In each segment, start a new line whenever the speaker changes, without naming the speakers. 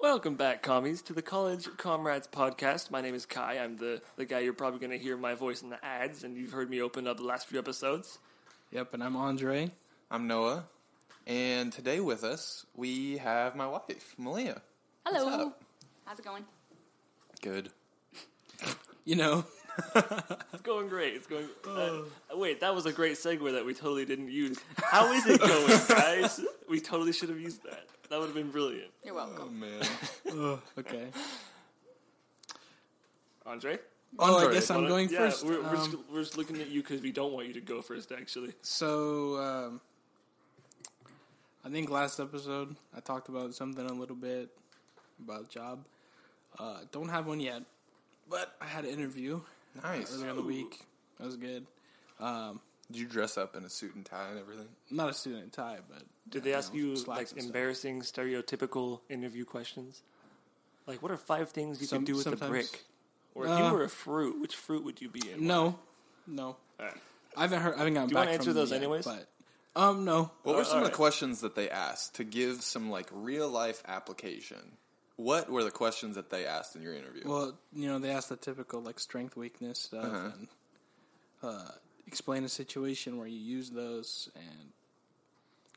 Welcome back, commies, to the College Comrades Podcast. My name is Kai. I'm the, the guy you're probably going to hear my voice in the ads, and you've heard me open up the last few episodes.
Yep, and I'm Andre.
I'm Noah, and today with us we have my wife, Malia.
Hello.
What's up?
How's it going?
Good.
You know,
It's going great. It's going.
Oh.
Uh, wait, that was a great segue that we totally didn't use. How is it going, guys? We totally should have used that. That would have been brilliant.
You're welcome.
Mm.
man.
okay.
Andre?
Oh, I
Andre,
guess I'm
Wanna-
going Um,
yeah,
1st
We're, we're, just, we're just looking at you because we don't want you to go first, actually.
so, um, I think last episode I talked about something a little bit about job. Uh, don't have one yet, but I had an interview
nice.
earlier in the week. That was good.
Did you dress up in a suit and tie and everything?
I'm not a student in tie, but
Did they ask
know,
you
slacks
like
and stuff.
embarrassing, stereotypical interview questions? Like, what are five things you
Some-
could do with a
sometimes.
brick? Or if
Uh,
you were a fruit, which fruit would you be in?
no, no.
Alright.
I haven't heard. I haven't gotten
Do you
back
wanna answer
from them
those
yet,
anyways?
But um, no.
What were some of
alright.
the questions that they asked to give some like real life application? What were the questions that they asked in your interview?
Well, you know, they ask the typical like strength, weakness stuff, and uh, explain a situation where you use those and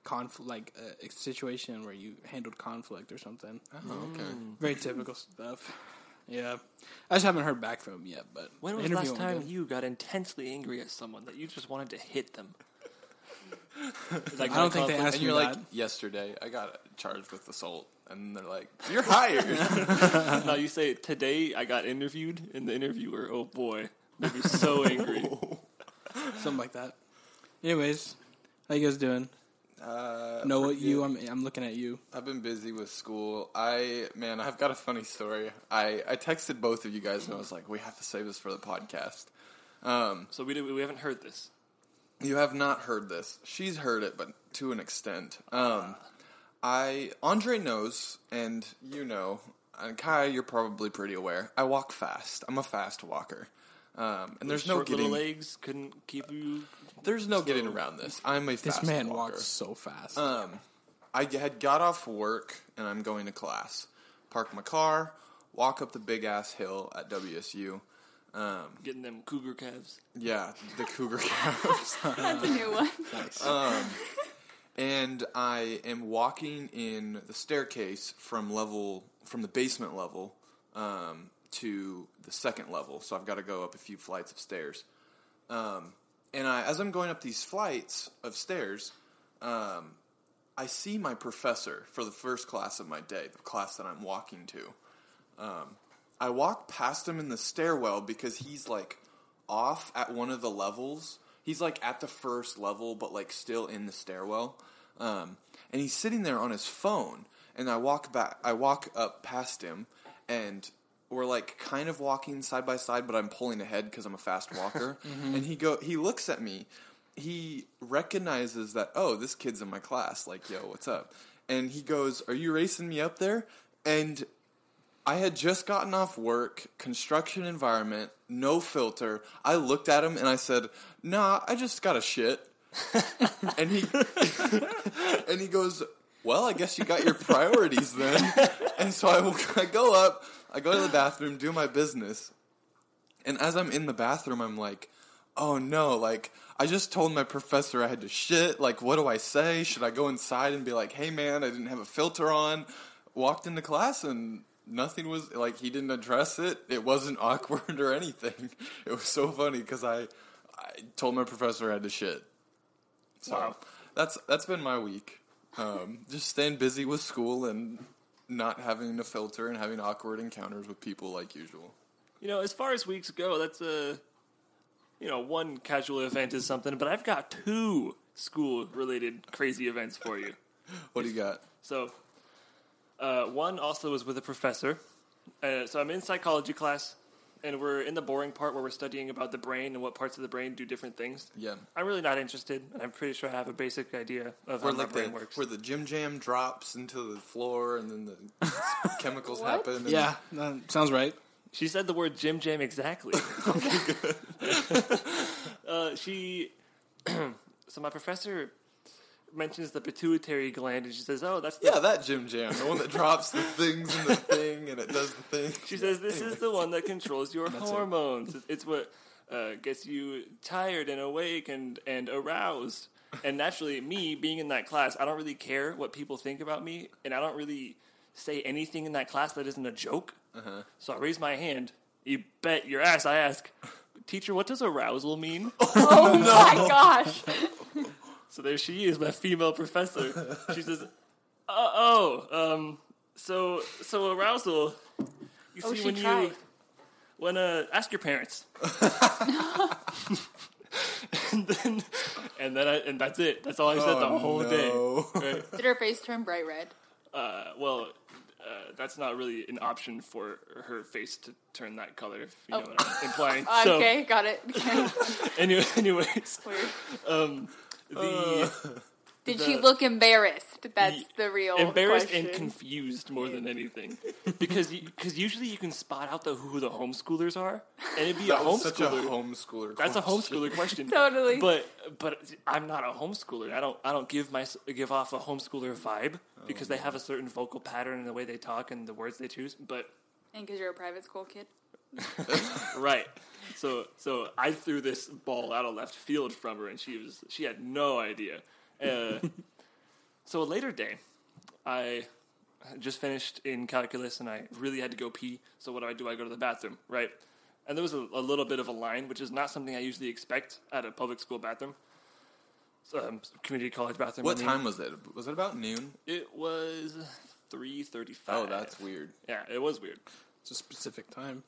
conflict, like a a situation where you handled conflict or something.
oh,
hmm.
okay.
Very typical stuff. Yeah, I just haven't heard back from him yet. But
When
the
was the
interview
last
went
time
good.
you got intensely angry at someone that you just wanted to hit them?
I don't think they asked
And
me
you're like,
that.
yesterday I got charged with assault, and they're like, you're hired.
no, you say today I got interviewed, and the interviewer, oh boy, made me so angry.
something like that. Anyways, how you guys doing?
uh,
No, what you? I'm I'm looking at you.
I've been busy with school. I man, I've got a funny story. I I texted both of you guys and I was like, we have to save this for the podcast. Um,
So we did, we haven't heard this.
you have not heard this. She's heard it, but to an extent. Um, I Andre knows, and you know, and Kai, you're probably pretty aware. I walk fast. I'm a fast walker. Um, and there's no
Short little
getting
legs couldn't keep you.
there's no getting around this. I'm a
This
fast
man
walker.
walks so fast.
Um, I had got off work and I'm going to class. Park my car, walk up the big ass hill at WSU. Um,
Getting them cougar calves.
yeah, the Cougar Calves.
That's a new one.
uh,
and I am walking in the staircase from level from the basement level um, to the second level. So I've got to go up a few flights of stairs. Um, and I, as I'm going up these flights of stairs, um, I see my professor for the first class of my day, the class that I'm walking to. Um, I walk past him in the stairwell because he's like off at one of the levels. He's like at the first level, but like still in the stairwell. Um, and he's sitting there on his phone. And I walk back, I walk up past him, and we're like kind of walking side by side, but I'm pulling ahead because I'm a fast walker. And he go, he looks at me. He recognizes that oh, this kid's in my class. Like yo, what's up? And he goes, "Are you racing me up there?" And I had just gotten off work, construction environment, no filter. I looked at him and I said, "Nah, I just got a shit." and he and he goes, "Well, I guess you got your priorities then." and so I, will, I go up, I go to the bathroom, do my business, and as I'm in the bathroom, I'm like, "Oh no!" Like I just told my professor I had to shit. Like, what do I say? Should I go inside and be like, "Hey man, I didn't have a filter on." Walked into class and nothing was like he didn't address it. It wasn't awkward or anything. It was so funny because I, I told my professor I had to shit. So that's that's been my week. Um, just staying busy with school and not having a filter and having awkward encounters with people like usual.
You know, as far as weeks go, that's a you know one casual event is something, but I've got two school-related crazy events for you.
What do you got?
So, uh, one also was with a professor. Uh, so I'm in psychology class, and we're in the boring part where we're studying about the brain and what parts of the brain do different things.
Yeah.
I'm really not interested, and I'm pretty sure I have a basic idea of how
Where
my
like the
brain works.
where the gym jam drops into the floor and then the chemicals
What?
happen. and-
yeah, that sounds right.
She said the word Jim Jam exactly. uh, she. so my professor mentions the pituitary gland, and she says, "Oh, that's the
Yeah, that Jim Jam, the one that drops the things in the thing and it does the thing.
She says this is the one that controls your
it.
hormones. It's, it's what uh, gets you tired and awake and, and aroused. And naturally, me being in that class, I don't really care what people think about me, and I don't really say anything in that class that isn't a joke. So I raise my hand. You bet your ass. I ask, teacher, what does arousal mean?
Oh my gosh.
So there she is, my female professor. She says, uh, "Oh, um, so so arousal. You
Oh,
see
she
when you
tried.
when uh, ask your parents." and then and then I, and that's it. That's all I said
Oh,
the whole day. Right?
Did her face turn bright red?
Uh, well, uh, that's not really an option for her face to turn that color. If you know what I'm implying. So
okay, got it.
anyway, anyways,
Weird.
the.
Oh,
Did she look embarrassed? That's
Ye-
the real
embarrassed and
question.
confused more than anything because because usually you can spot out the who the homeschoolers are and it'd be a
That was such a
homeschooler
homeschooler.
that's a
question.
homeschooler question
Totally.
but but i'm not a homeschooler i don't i don't give my give off a homeschooler vibe because they have a certain vocal pattern and the way they talk and the words they choose but
and because you're a private school kid.
right so so i threw this ball out of left field from her and she was she had no idea uh, so a later day i just finished in calculus and i really had to go pee so what do i do i go to the bathroom right and there was a, a little bit of a line which is not something i usually expect at a public school bathroom So, um, community college bathroom
What
I mean.
time was it? Was it about noon?
it was 3.35
Oh, that's weird.
yeah it was weird
It's a specific time.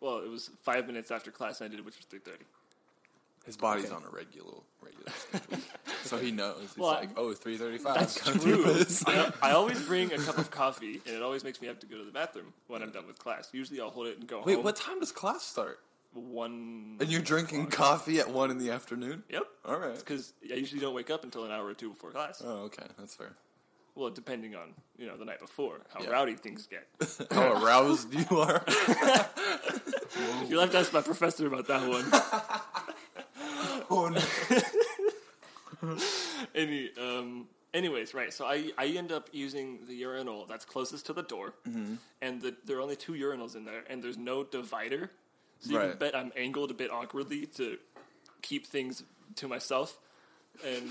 well it was five minutes after class ended which was 3.30
His body's on a regular, regular schedule. so he knows. He's
Well,
like, oh, 3.35.
That's true. I, I always bring a cup of coffee, and it always makes me have to go to the bathroom when I'm done with class. Usually, I'll hold it and go
Wait,
home.
what time does class start?
One.
And you're drinking coffee at 1 in the afternoon?
Yep.
All right.
Because I usually don't wake up until an hour or two before class.
Oh, okay. That's fair.
Well, depending on you know the night before how
Yeah.
rowdy things get.
How aroused you are.
You'll have to ask my professor about that one.
Oh, no.
Any, um, anyways, right. So I I end up using the urinal that's closest to the door, and the, there are only two urinals in there, and there's no divider. So you can
Right.
bet I'm angled a bit awkwardly to keep things to myself. And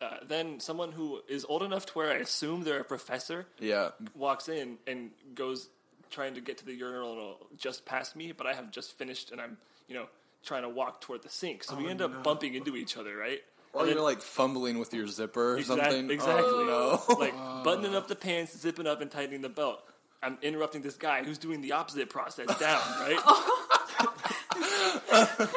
uh, then someone who is old enough to where I assume they're a professor
Yeah.
walks in and goes trying to get to the urinal just past me, but I have just finished and I'm, you know, trying to walk toward the sink. So we end up bumping into each other, right?
Or
And then,
you're like fumbling with your zipper or
Exact-
something.
exactly.
Oh, no.
like buttoning up the pants, zipping up, and tightening the belt. I'm interrupting this guy who's doing the opposite process down,
Oh.
right?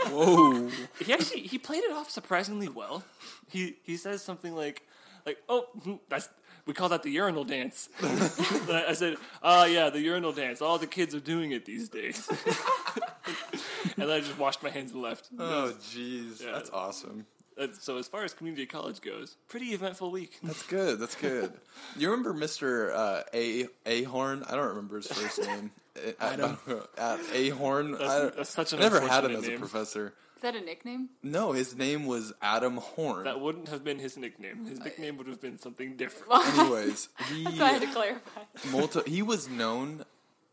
Whoa.
he actually he played it off surprisingly well. He he says something like like oh hmm, that's we call that the urinal dance. And I I said oh yeah the urinal dance. All the kids are doing it these days. and I just washed my hands and left.
Oh, jeez. That's awesome.
Uh, So as far as community college goes, pretty eventful week.
That's good. That's good. You remember Mr. Uh, A Ahorn? I don't remember his first name. I don't. At Ahorn. I,
that's such an
never had him
unfortunate
as a
name.
professor.
Is that a nickname?
No, his name was Adam Horn.
That wouldn't have been his nickname. His nickname would have been something different.
Anyways, he
So I had to clarify.
multi, he was known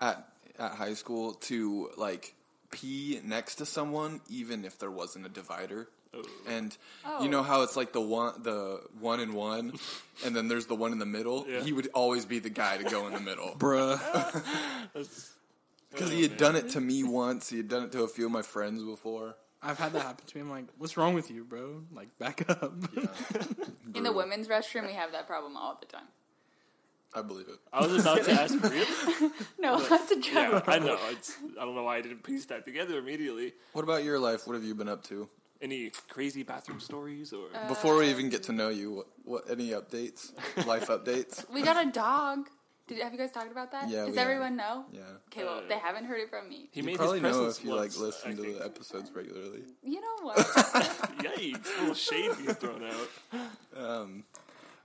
at at high school to like pee next to someone even if there wasn't a divider. And
Oh.
you know how it's like the one the one and one and then there's the one in the middle?
Yeah.
He would always be the guy to go in the middle.
Bruh.
That's-
Because
Oh,
he had
man.
done it to me once. He had done it to a few of my friends before.
I've had that happen to me. I'm like, what's wrong with you, bro? Like, back up.
In the women's restroom, we have that problem all the time.
I believe it.
I was about to ask really?
No, that's a joke.
Yeah, I know. It's, I don't know why I didn't piece that together immediately.
What about your life? What have you been up to?
Any crazy bathroom stories or
Before we even get to know you, what, what any updates? life updates?
We got a dog. Did have you guys talked about that?
Yeah,
Does
we have.
everyone know?
Yeah.
Okay, well, they haven't heard it from me.
he
You
made
probably
his
know
presence
if you
once,
like listen
I
to
think.
the episodes regularly.
You know what?
Yikes! A little shade being thrown out.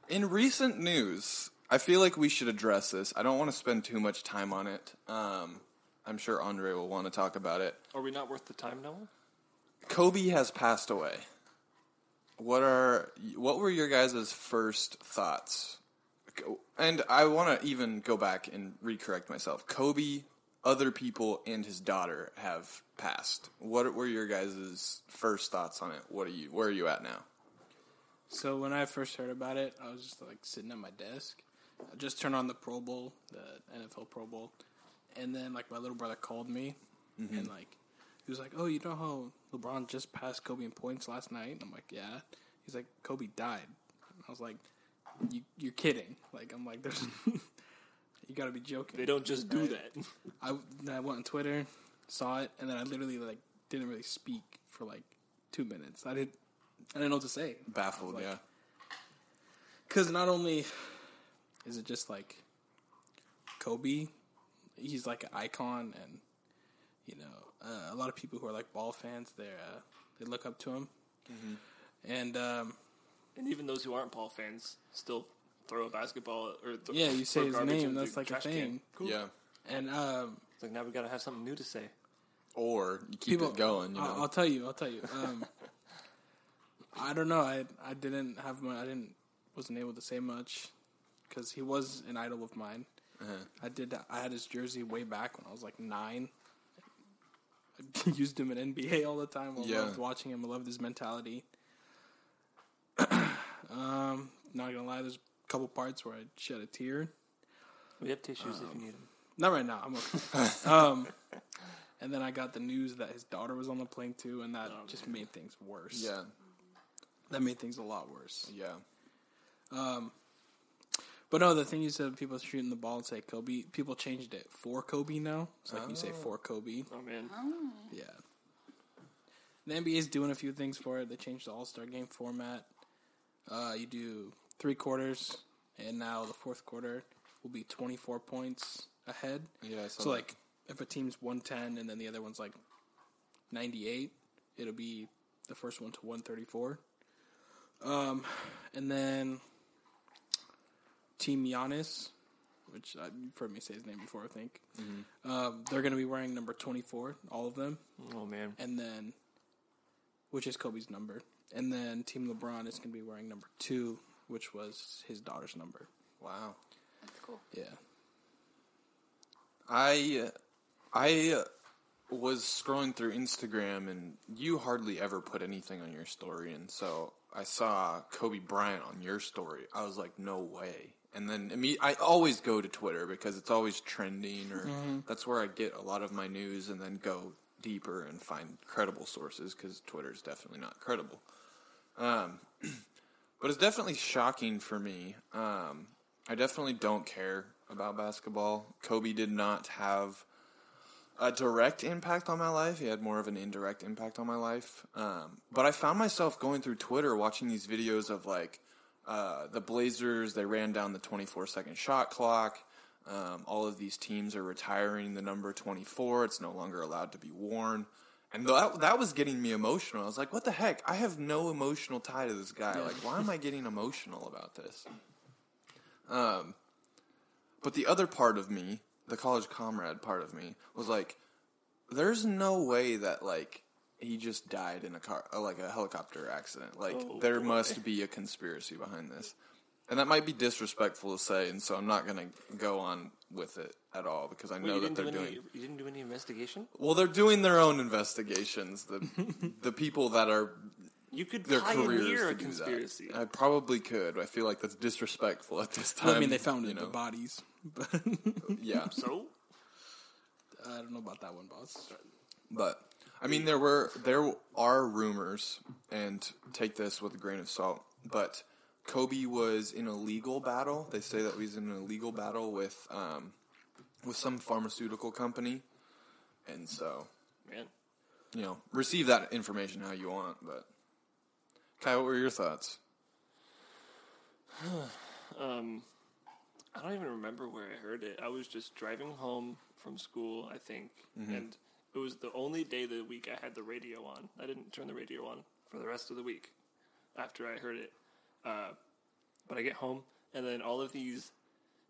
In recent news, I feel like we should address this. I don't want to spend too much time on it. Um, I'm sure Andre will want to talk about it.
Are we not worth the time, Noah?
Kobe has passed away. What are what were your guys' first thoughts? Co- And I want to even go back and recorrect myself. Kobe, other people, and his daughter have passed. What were your guys' first thoughts on it? What are you? Where are you at now?
So when I first heard about it, I was just like sitting at my desk. I just turned on the Pro Bowl, the NFL Pro Bowl, and then like my little brother called me, and like he was like, "Oh, you know how LeBron just passed Kobe in points last night?" And I'm like, "Yeah." He's like, "Kobe died." And I was like, you, "You're kidding!" Like I'm like, "There's." You gotta be joking.
They don't just do that.
I, then I went on Twitter, saw it, and then I literally like didn't really speak for like two minutes. I didn't, I didn't know what to say
Baffled,
Like,
yeah.
because not only is it just like Kobe, he's like an icon, and you know uh, a lot of people who are like ball fans, they uh, they look up to him,
Mm-hmm.
and um,
And even those who aren't Paul fans still throw a basketball or th-
yeah,
throw
you say his
garbage in
name,
the
that's like a
trash can.
thing,
Yeah.
and um,
It's like now we got to have something new to say.
Or you keep it going. You know.
uh, I'll, I'll tell you. I'll tell you. Um, I don't know. I I didn't have my. I didn't wasn't able to say much because he was an idol of mine.
Uh-huh.
I did. I had his jersey way back when I was like nine. I used him in NBA all the time. I
Yeah.
loved watching him. I loved his mentality. um, not gonna lie, there's a couple parts where I shed a tear.
We have tissues
Um,
if you need them.
Not right now. I'm okay. um, and then I got the news that his daughter was on the plane too, and that just made things worse.
yeah.
that made things a lot worse.
Yeah.
But no, the thing you said, people shooting the ball and say Kobe. People changed it for Kobe now. It's like you say for Kobe.
Oh man,
Yeah. The NBA's doing a few things for it. They changed the All Star game format. Uh, you do three quarters, and now the fourth quarter will be 24 points ahead.
Yeah, I saw
So,
that.
like, if a team's 110 and then the other one's like 98, it'll be the first one to 134. Um, and then Team Giannis, which I, you've heard me say his name before, I think.
Mm-hmm.
Um, they're going to be wearing number 24, all of them
Hmm.
oh man.
and then which is Kobe's number. And then Team LeBron is going to be wearing number 2, which was his daughter's number.
Wow.
That's cool.
Yeah.
I I was scrolling through Instagram and you hardly ever put anything on your story and so I saw Kobe Bryant on your story. I was like, no way. And then I mean, I always go to Twitter because it's always trending or that's where I get a lot of my news and then go deeper and find credible sources cuz Twitter is definitely not credible. But it's definitely shocking for me. Um, I definitely don't care about basketball. Kobe did not have a direct impact on my life. He had more of an indirect impact on my life. Um, but I found myself going through Twitter watching these videos of like uh, the Blazers. They ran down the 24 second shot clock. Um, all of these teams are retiring the number 24. It's no longer allowed to be worn. And that, that was getting me emotional. I was like, what the heck? I have no emotional tie to this guy. Like, why am I getting emotional about this? But the other part of me, the college comrade part of me, was like, there's no way that like he just died in a car, uh, like a helicopter accident. Like
Oh,
there must be a conspiracy behind this, and that might be disrespectful to say, and so I'm not gonna go on with it at all because I
Wait,
know
you
that
didn't
they're
do
doing.
any, You didn't do any investigation.
Well, they're doing their own investigations. The the people that are
You could
their careers
pioneer
to
a
do
conspiracy.
That. I probably could. I feel like that's disrespectful at this time.
I mean, they found
Um, you
the
know.
bodies, but
Yeah.
So
I don't know about that one, boss.
But I mean, there were there are rumors, and take this with a grain of salt. But Kobe was in a legal battle. They say that he was in a legal battle with um, with some pharmaceutical company, and so
man,
you know, receive that information how you want. But Kai, what were your thoughts?
I don't even remember where I heard it. I was just driving home from school, I think, and it was the only day of the week I had the radio on. I didn't turn the radio on for the rest of the week after I heard it. Uh, but I get home, and then all of these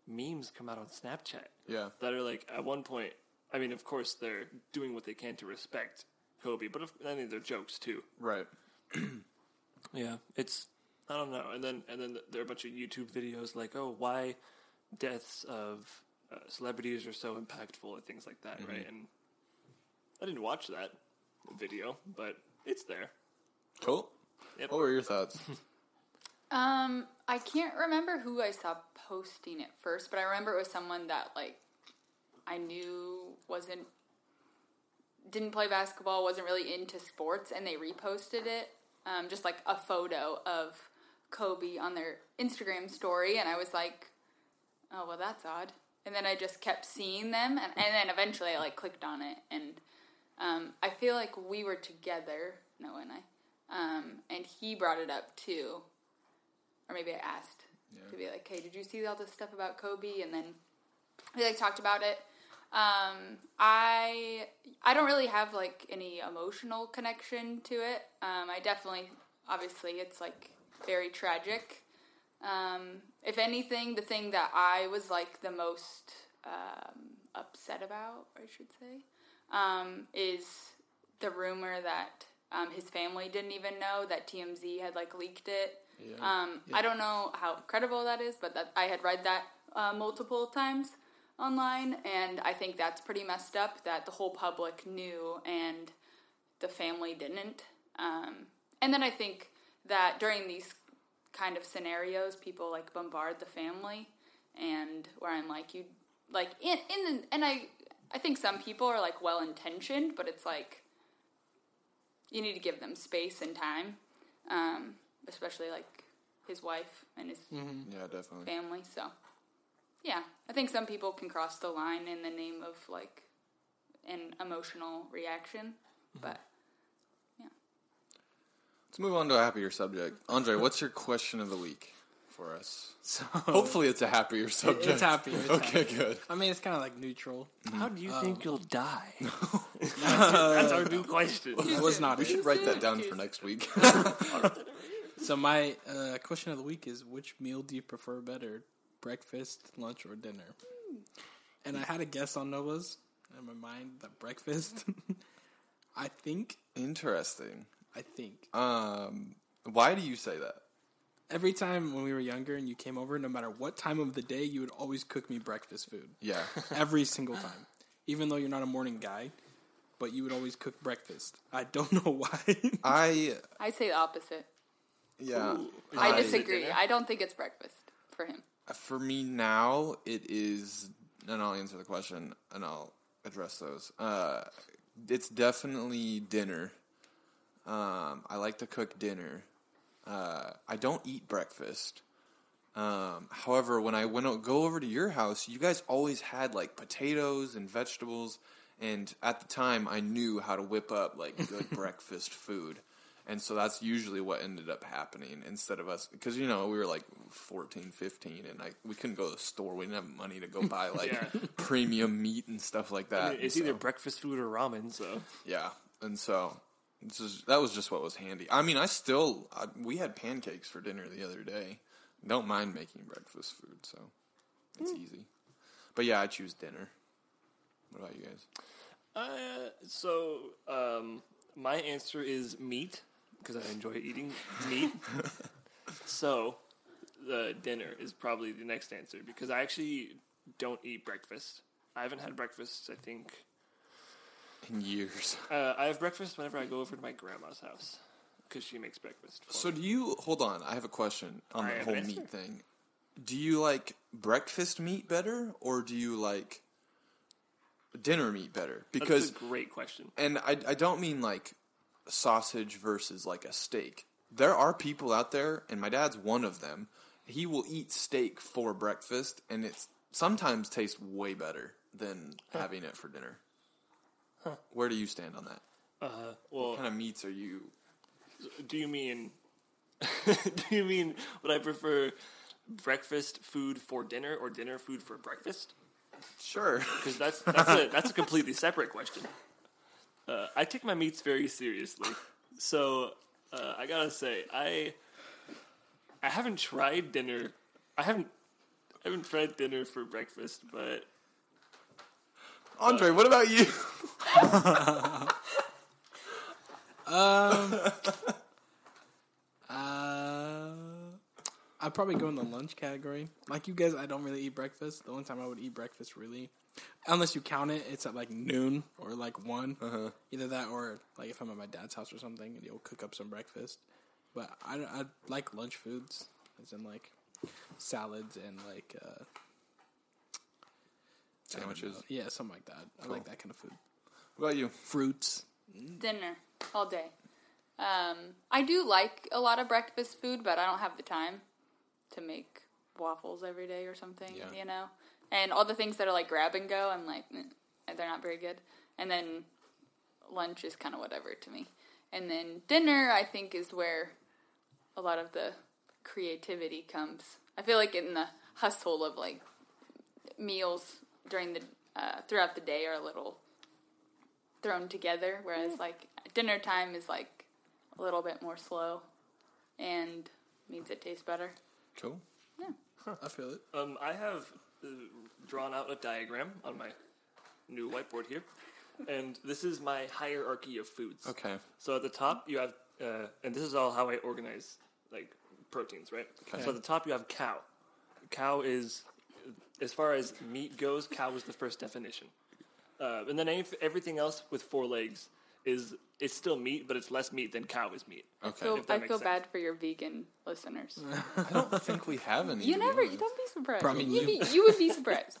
memes come out on Snapchat.
Yeah.
that are like at one point. I mean, of course, they're doing what they can to respect Kobe, but of, I mean, they're jokes too.
Right.
Yeah, it's I don't know. And then and then there are a bunch of YouTube videos like, oh, why deaths of uh, celebrities are so impactful and things like that, right? And I didn't watch that video, but it's there.
Cool.
Yep.
What were your thoughts?
Um, I can't remember who I saw posting it first, but I remember it was someone that like I knew wasn't didn't play basketball, wasn't really into sports, and they reposted it. Um, just like a photo of Kobe on their Instagram story, and I was like, "Oh well, that's odd." And then I just kept seeing them, and, and then eventually I like clicked on it, and um, I feel like we were together, Noah and I, um, and he brought it up too, or maybe I asked to be like, "Hey, did you see all this stuff about Kobe?" And then we like talked about it. Um, I I don't really have like any emotional connection to it. Um, I definitely, obviously, it's like very tragic. Um, if anything, the thing that I was like the most um, upset about, I should say, um, is the rumor that um, his family didn't even know that TMZ had like leaked it. Um, I don't know how credible that is, but that I had read that uh, multiple times online, and I think that's pretty messed up that the whole public knew and the family didn't. Um, and then I think that during these kind of scenarios, people like bombard the family, and where I'm like, you like in in the, and I I think some people are like well intentioned, but it's like you need to give them space and time, um, especially like his wife and his
yeah, definitely.
family. So, yeah, I think some people can cross the line in the name of like an emotional reaction, but
Let's move on to a happier subject. Andre, what's your question of the week for us?
So
Hopefully, it's a happier subject.
it's happier. It's
okay,
happier.
good.
I mean, it's kind of like neutral.
How do you think you'll die? That's our new question.
That was not
We
it.
should write that
soon.
down
Too
for next week.
So my uh, question of the week is: Which meal do you prefer better, breakfast, lunch, or dinner? And I had a guess on Noah's in my mind that breakfast. I think.
Interesting.
I think
Um, why do you say that?
every time when we were younger and you came over, no matter what time of the day, you would always cook me breakfast food.
Yeah,
every single time. Even though you're not a morning guy, but you would always cook breakfast. I don't know why.
I
I say the opposite.
yeah.
I
I-
disagree. I don't think it's breakfast for him.
For me now, it is, and I'll answer the question and I'll address those. Uh, it's definitely dinner. Um, I like to cook dinner. Uh, I don't eat breakfast. Um, however, when I went o- go over to your house, you guys always had like potatoes and vegetables, and at the time I knew how to whip up like good breakfast food, and so that's usually what ended up happening instead of us because you know we were like 14, 15, and like we couldn't go to the store, we didn't have money to go buy like
Yeah.
premium meat and stuff like that. and
It's
so-
either breakfast food or ramen. So
yeah, and so this is that was just what was handy. I mean, I still I, we had pancakes for dinner the other day. Don't mind making breakfast food, so it's easy. But yeah, I choose dinner. What about you guys?
Uh, so um, my answer is meat because I enjoy eating meat. so the dinner is probably the next answer because I actually don't eat breakfast. I haven't had breakfast. I think
In years.
uh, I have breakfast whenever I go over to my grandma's house because she makes breakfast. For
So
me.
do you hold on? I have a question on
I
the
have
whole
an
meat
answer.
thing. Do you like breakfast meat better or do you like dinner meat better?
that's
Because
a great question.
and I, I don't mean like sausage versus like a steak. There are people out there, and my dad's one of them. He will eat steak for breakfast, and it's sometimes tastes way better than having it for dinner. Where do you stand on that? What
Well,
kind of meats are you?
do you mean do you mean would I prefer breakfast food for dinner or dinner food for breakfast?
Sure.
because that's that's a that's a completely separate question. Uh, I take my meats very seriously, so uh, I gotta say I I haven't tried dinner. I haven't I haven't tried dinner for breakfast, but
Andre, what about you?
I Uh, probably go in the lunch category. Like you guys, I don't really eat breakfast. The only time I would eat breakfast, really, unless you count it, it's at like noon or like one.
Uh-huh.
Either that or like if I'm at my dad's house or something, and he'll cook up some breakfast. But I, I like lunch foods, as in like salads and like uh, I don't
Sandwiches.
know. Yeah, something like that. I like that kind of food.
What about you?
Fruits.
Dinner all day. Um, I do like a lot of breakfast food, but I don't have the time to make waffles every day or something.
Yeah.
You know, and all the things that are like grab and go, I'm like, "Mm, they're not very good. And then lunch is kind of whatever to me. And then dinner, I think, is where a lot of the creativity comes. I feel like in the hustle of like meals during the uh, throughout the day are a little thrown together, whereas like dinner time is like a little bit more slow and means it tastes better.
Cool.
I feel it.
Um, I have uh, drawn out a diagram on my new whiteboard here, and this is my hierarchy of foods.
Okay.
So at the top you have, uh, and this is all how I organize like proteins, right? So at the top you have cow. Cow is, as far as meat goes, cow was the first definition, uh, and then anyth- everything else with four legs is it's still meat, but it's less meat than cow is meat.
Okay.
So
that
I
makes
feel
sense.
bad for your vegan listeners.
I don't think we have any.
You
to be
never, you
honest.
don't be surprised.
Probably
You'd be, you would be surprised.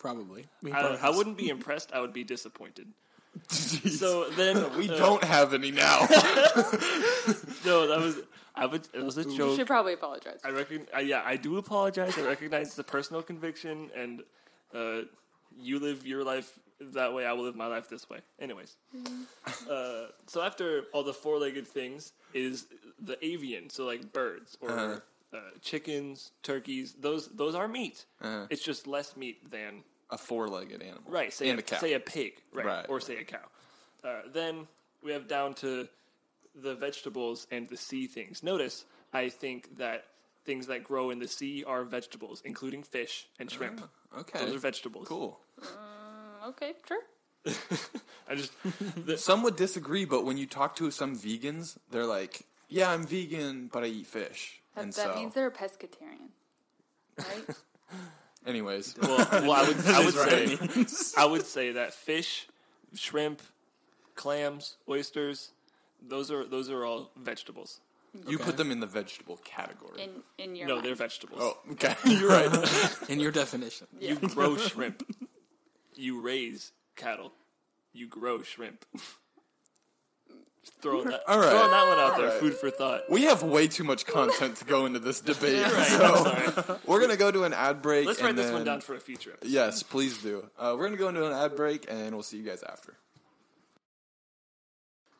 Probably.
I, don't- I wouldn't be impressed. I would be disappointed. So then
We
uh,
don't have any now.
No, that was I would. It was a
You
joke.
should probably apologize.
I recognize. I, yeah, I do apologize. I recognize it's a personal conviction, and uh, you live your life that way. I will live my life this way. Anyways, uh, so after all the four-legged things is the avian, so like birds or uh chickens, turkeys. Those those are meat. It's just less meat than
a four-legged animal.
right. Say
and
a,
a cow.
say a pig, right,
Right,
or
right.
say a cow. Uh, then we have down to the vegetables and the sea things. Notice, I think that things that grow in the sea are vegetables, including fish and shrimp.
Ah, okay.
Those are vegetables.
Cool.
okay, sure.
I just
Some would disagree, but when you talk to some vegans, they're like, "Yeah, I'm vegan, but I eat fish."
That,
and
that
so,
means they're a pescatarian, right?
anyways,
well, well I would, I would say, I would say that fish, shrimp, clams, oysters, those are those are all vegetables.
you put them in the vegetable category.
in in your
No,
mind.
they're vegetables.
oh, okay. You're right.
In your definition.
You grow shrimp. You raise cattle. You grow shrimp. Just throwing that,
All right.
throwing that one out there.
right.
Food for thought.
We have way too much content to go into this debate,
I'm
so
sorry.
we're gonna go to an ad break.
Let's
and
write this one
then-
down for a future. episode.
Yes, please do. Uh, we're gonna go into an ad break, and we'll see you guys after.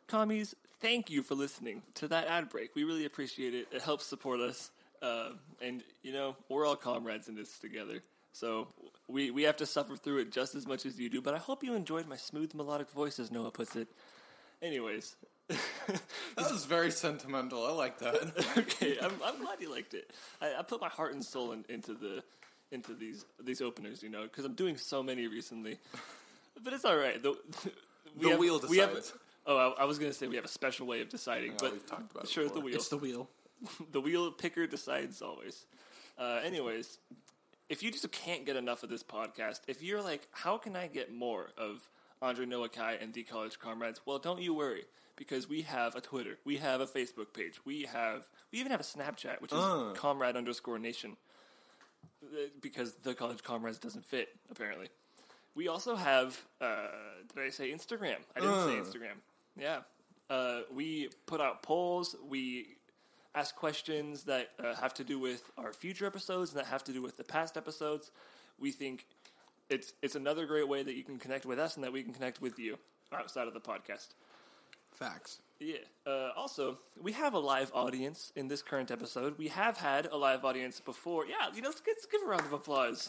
Commies, thank you for listening to that ad break. We really appreciate it. It helps support us, uh, and you know we're all comrades in this together. So we we have to suffer through it just as much as you do. But I hope you enjoyed my smooth melodic voice, as Noah puts it. Anyways,
That was very sentimental. I like that.
okay, I'm, I'm glad you liked it. I, I put my heart and soul in, into the into these these openers, you know, because I'm doing so many recently. But it's all right. The, we
The
have-
wheel
we have-
decides.
oh, I, I was gonna say we have a special way of deciding,
Yeah,
but
we've talked about it
sure, it's the
before.
wheel.
It's the wheel.
the wheel picker decides always. Uh, anyways, if you just can't get enough of this podcast, if you're like, how can I get more of Andre Noakai and D College Comrades? Well, don't you worry because we have a Twitter, we have a Facebook page, we have we even have a Snapchat, which is Comrade underscore Nation, Uh, because the College Comrades doesn't fit apparently. We also have uh, did I say Instagram? I didn't say Instagram. Yeah. Uh, we put out polls. We ask questions that uh, have to do with our future episodes and that have to do with the past episodes. We think it's it's another great way that you can connect with us and that we can connect with you outside of the podcast.
Facts.
Yeah. Uh, also, we have a live audience in this current episode. We have had a live audience before. Yeah, you know, let's, let's give a round of applause.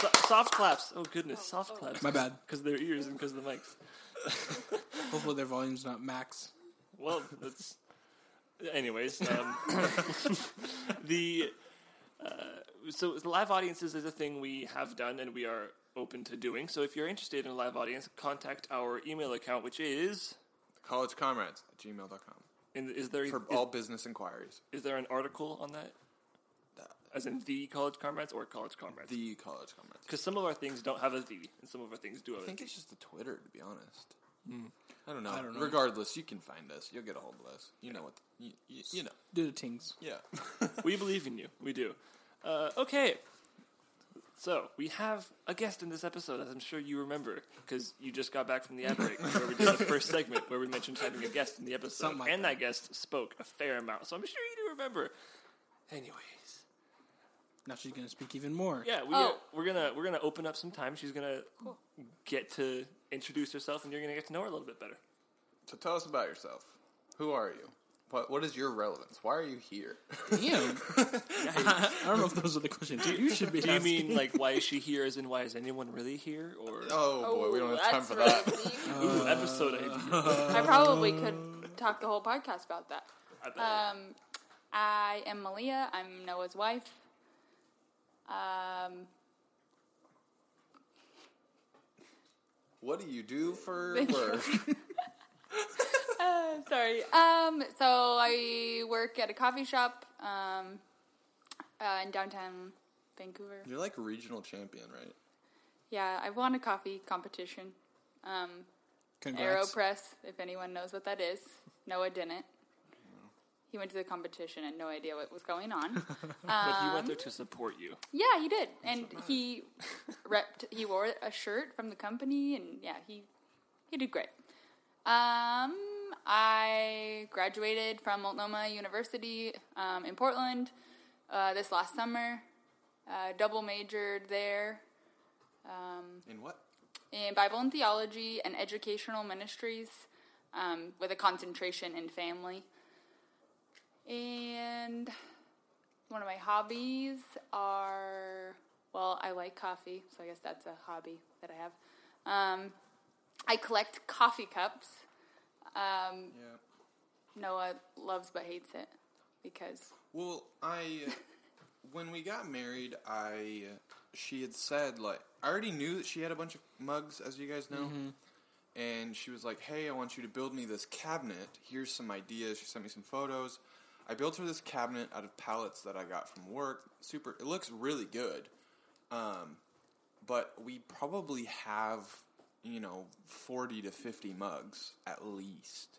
So- soft claps. Oh goodness, soft claps.
My bad.
Because their ears and because of the mics.
Hopefully their volume's not max.
Well, that's. Anyways, um, the uh, so the live audiences is a thing we have done and we are open to doing. So if you're interested in a live audience, contact our email account, which is
collegecomrades at gmail.com
and is there is,
for all business inquiries.
is there an article on that? as in the college comrades or college comrades.
The college comrades.
Because some of our things don't have a V, and some of our things do have
I
a
think
V.
it's just the Twitter, to be honest. Hmm. I don't know.
I don't know.
Regardless, you can find us. You'll get a hold of us. You know what? You, you, you know.
Do the things.
Yeah.
we believe in you. We do. Uh, okay. So, we have a guest in this episode, as I'm sure you remember, because you just got back from the ad break, where we did the first segment where we mentioned having a guest in the episode.
Something like
and
that.
that guest spoke a fair amount, so I'm sure you do remember. Anyways,
Now she's gonna speak even more.
yeah, we,
Oh.
we're gonna we're gonna open up some time. She's gonna get to introduce herself, and you're gonna get to know her a little bit better.
so tell us about yourself. Who are you? What, what is your relevance? Why are you here?
Damn. I don't know if those are the questions you should be.
Do you
asking.
mean like why is she here? As in why is anyone really here? Or
Oh, boy, we don't have time
that's
for
really
that.
deep.
Uh,
ooh, episode idea.
I probably could talk the whole podcast about that.
I bet.
Um, I am Malia. I'm Noah's wife. Um,
What do you do for work?
uh, sorry. Um, so I work at a coffee shop um, uh, in downtown Vancouver.
You're like regional champion, right?
Yeah, I won a coffee competition. Um,
Congrats.
Aeropress, if anyone knows what that is. Noah didn't. He went to the competition and no idea what was going on.
but he went there to support you.
yeah, he did, and he repped. He wore a shirt from the company, and yeah, he he did great. Um, I graduated from Multnomah University um, in Portland uh, this last summer. Uh, double majored there Um,
In what?
in Bible and theology and educational ministries um, with a concentration in family. And one of my hobbies are well, I like coffee, so I guess that's a hobby that I have. Um, I collect coffee cups. Um,
Yeah.
Noah loves but hates it because
Well, I uh, when we got married, I she had said like I already knew that she had a bunch of mugs, as you guys know,
Mm-hmm.
and she was like, "Hey, I want you to build me this cabinet. Here's some ideas." She sent me some photos. I built her this cabinet out of pallets that I got from work. Super, it looks really good. Um, but we probably have, you know, forty to fifty mugs at least.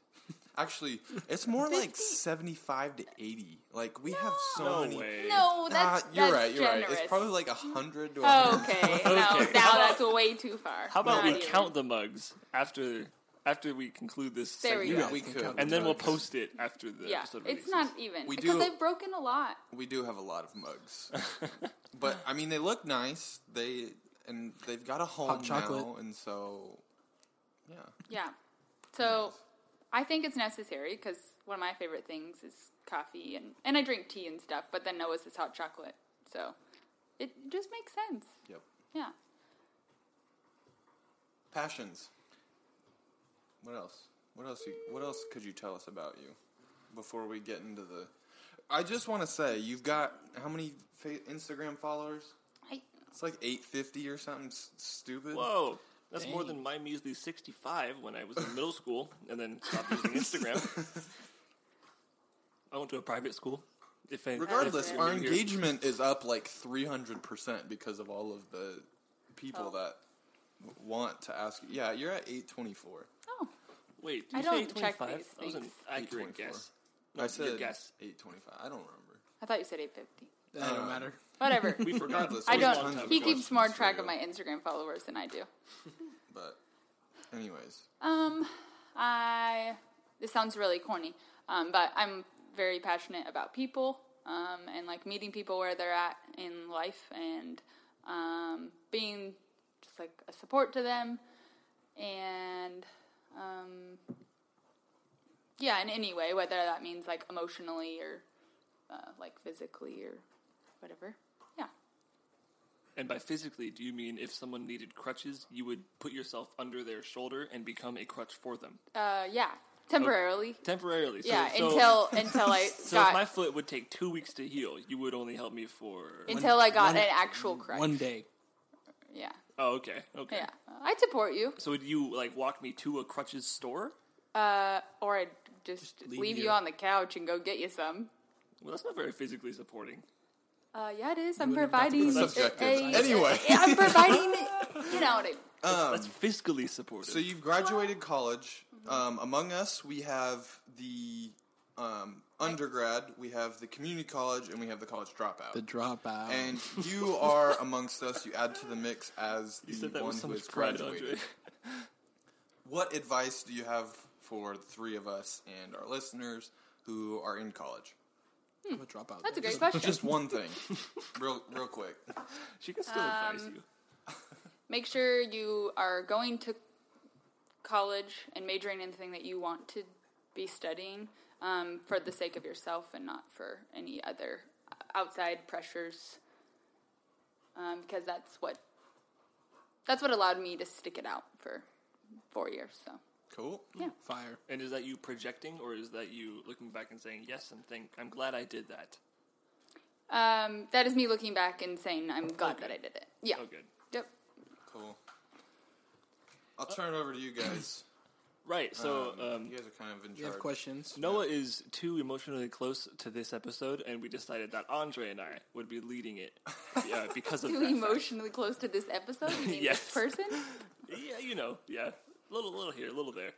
Actually, it's more like seventy-five to eighty. Like we have so
No
many.
way.
no,
Ah,
that's
you're
that's
right. You're
generous.
right. It's probably like a hundred to
Oh,
100.
okay. No,
Okay.
now that's way too far.
How about
Not
we
even.
count the mugs after after we conclude this
There we
segment?
go.
We
can
could,
count
and then we'll
mugs.
post it after the
Yeah,
episode.
it's
releases.
not even
We
because
do-
I've broken a lot.
We do have a lot of mugs, but I mean they look nice. They and they've got a home
chocolate.
now, and so yeah,
Yeah, so I think it's necessary because one of my favorite things is coffee and and I drink tea and stuff. But then Noah's is hot chocolate, so it just makes sense.
yep.
Yeah,
Passions. What else? What else? You, what else could you tell us about you before we get into the? I just want to say you've got how many fa- Instagram followers?
I,
It's like 850 or something s- stupid.
Whoa, that's more than my measly sixty-five when I was in middle school, and then stopped using Instagram. I went to a private school. If I,
Regardless,
if you're
our
new here-
engagement is up like 300% because of all of the people
Oh.
that w- want to ask you. Yeah, you're at 824.
oh,
Wait, did
I
you say
don't check
25?
these
That was an
things.
accurate
824.
guess.
I
your
said
guess.
825. I don't remember.
I thought you said eight fifty.
That don't matter.
Whatever.
We forgot
Regardless,
I
there's
long
don't.
tons
time
He
ago.
keeps more
questions for
track
you,
of my Instagram followers than I do.
But, anyways,
Um, I. This sounds really corny, um, but I'm very passionate about people um, and like meeting people where they're at in life and um, being just like a support to them and um, yeah, in any way, whether that means like emotionally or uh, like physically or whatever. Yeah.
And by physically, do you mean if someone needed crutches, you would put yourself under their shoulder and become a crutch for them
Uh, yeah. Temporarily.
temporarily? So-
Yeah.
so-
until until I
So
got
if my foot would take two weeks to heal, you would only help me for.
until I got
one-
an actual crutch.
One day.
Yeah,
oh, okay, okay.
yeah. I'd support you,
So would you like walk me to a crutches store?
uh, or I'd just,
leave
leave you
you.
on the couch and go get you some.
Well, that's not very physically supporting.
Uh, yeah, it is. I'm
wouldn't have got to
providing
put
a-
Subjective.
a-
Anyway.
a- I'm providing. You know what I mean.
That's fiscally supported.
Um, So you've graduated college.
Mm-hmm.
Um, among us, we have the um, undergrad, we have the community college, and we have the college dropout.
The dropout.
and you are amongst us. You add to the mix as the
you said that
one
with so
who
much
has
pride,
graduated.
Andre.
What advice do you have for the three of us and our listeners who are in college?
I'm a dropout.
That's a
dude.
great question.
Just one thing, real, real quick.
She can still advise
Um,
you.
make sure you are going to college and majoring in the thing that you want to be studying um, for the sake of yourself and not for any other uh, outside pressures um, because that's what that's what allowed me to stick it out for four years so
Cool.
Fire.
And is that you projecting, or is that you looking back and saying, "Yes, I'm think I'm glad I did that."
um, that is me looking back and saying i'm glad that i did it yeah
Oh, good.
yep
Cool. I'll turn it over to you guys.
Right. So
Um,
um,
you guys are kind of in charge.
You have questions?
Noah is too emotionally close to this episode, and we decided that Andre and I would be leading it yeah, because of
too
that fact.
emotionally close to this episode you mean
Yes.
this person
Yeah, you know, yeah, little, little here, little there.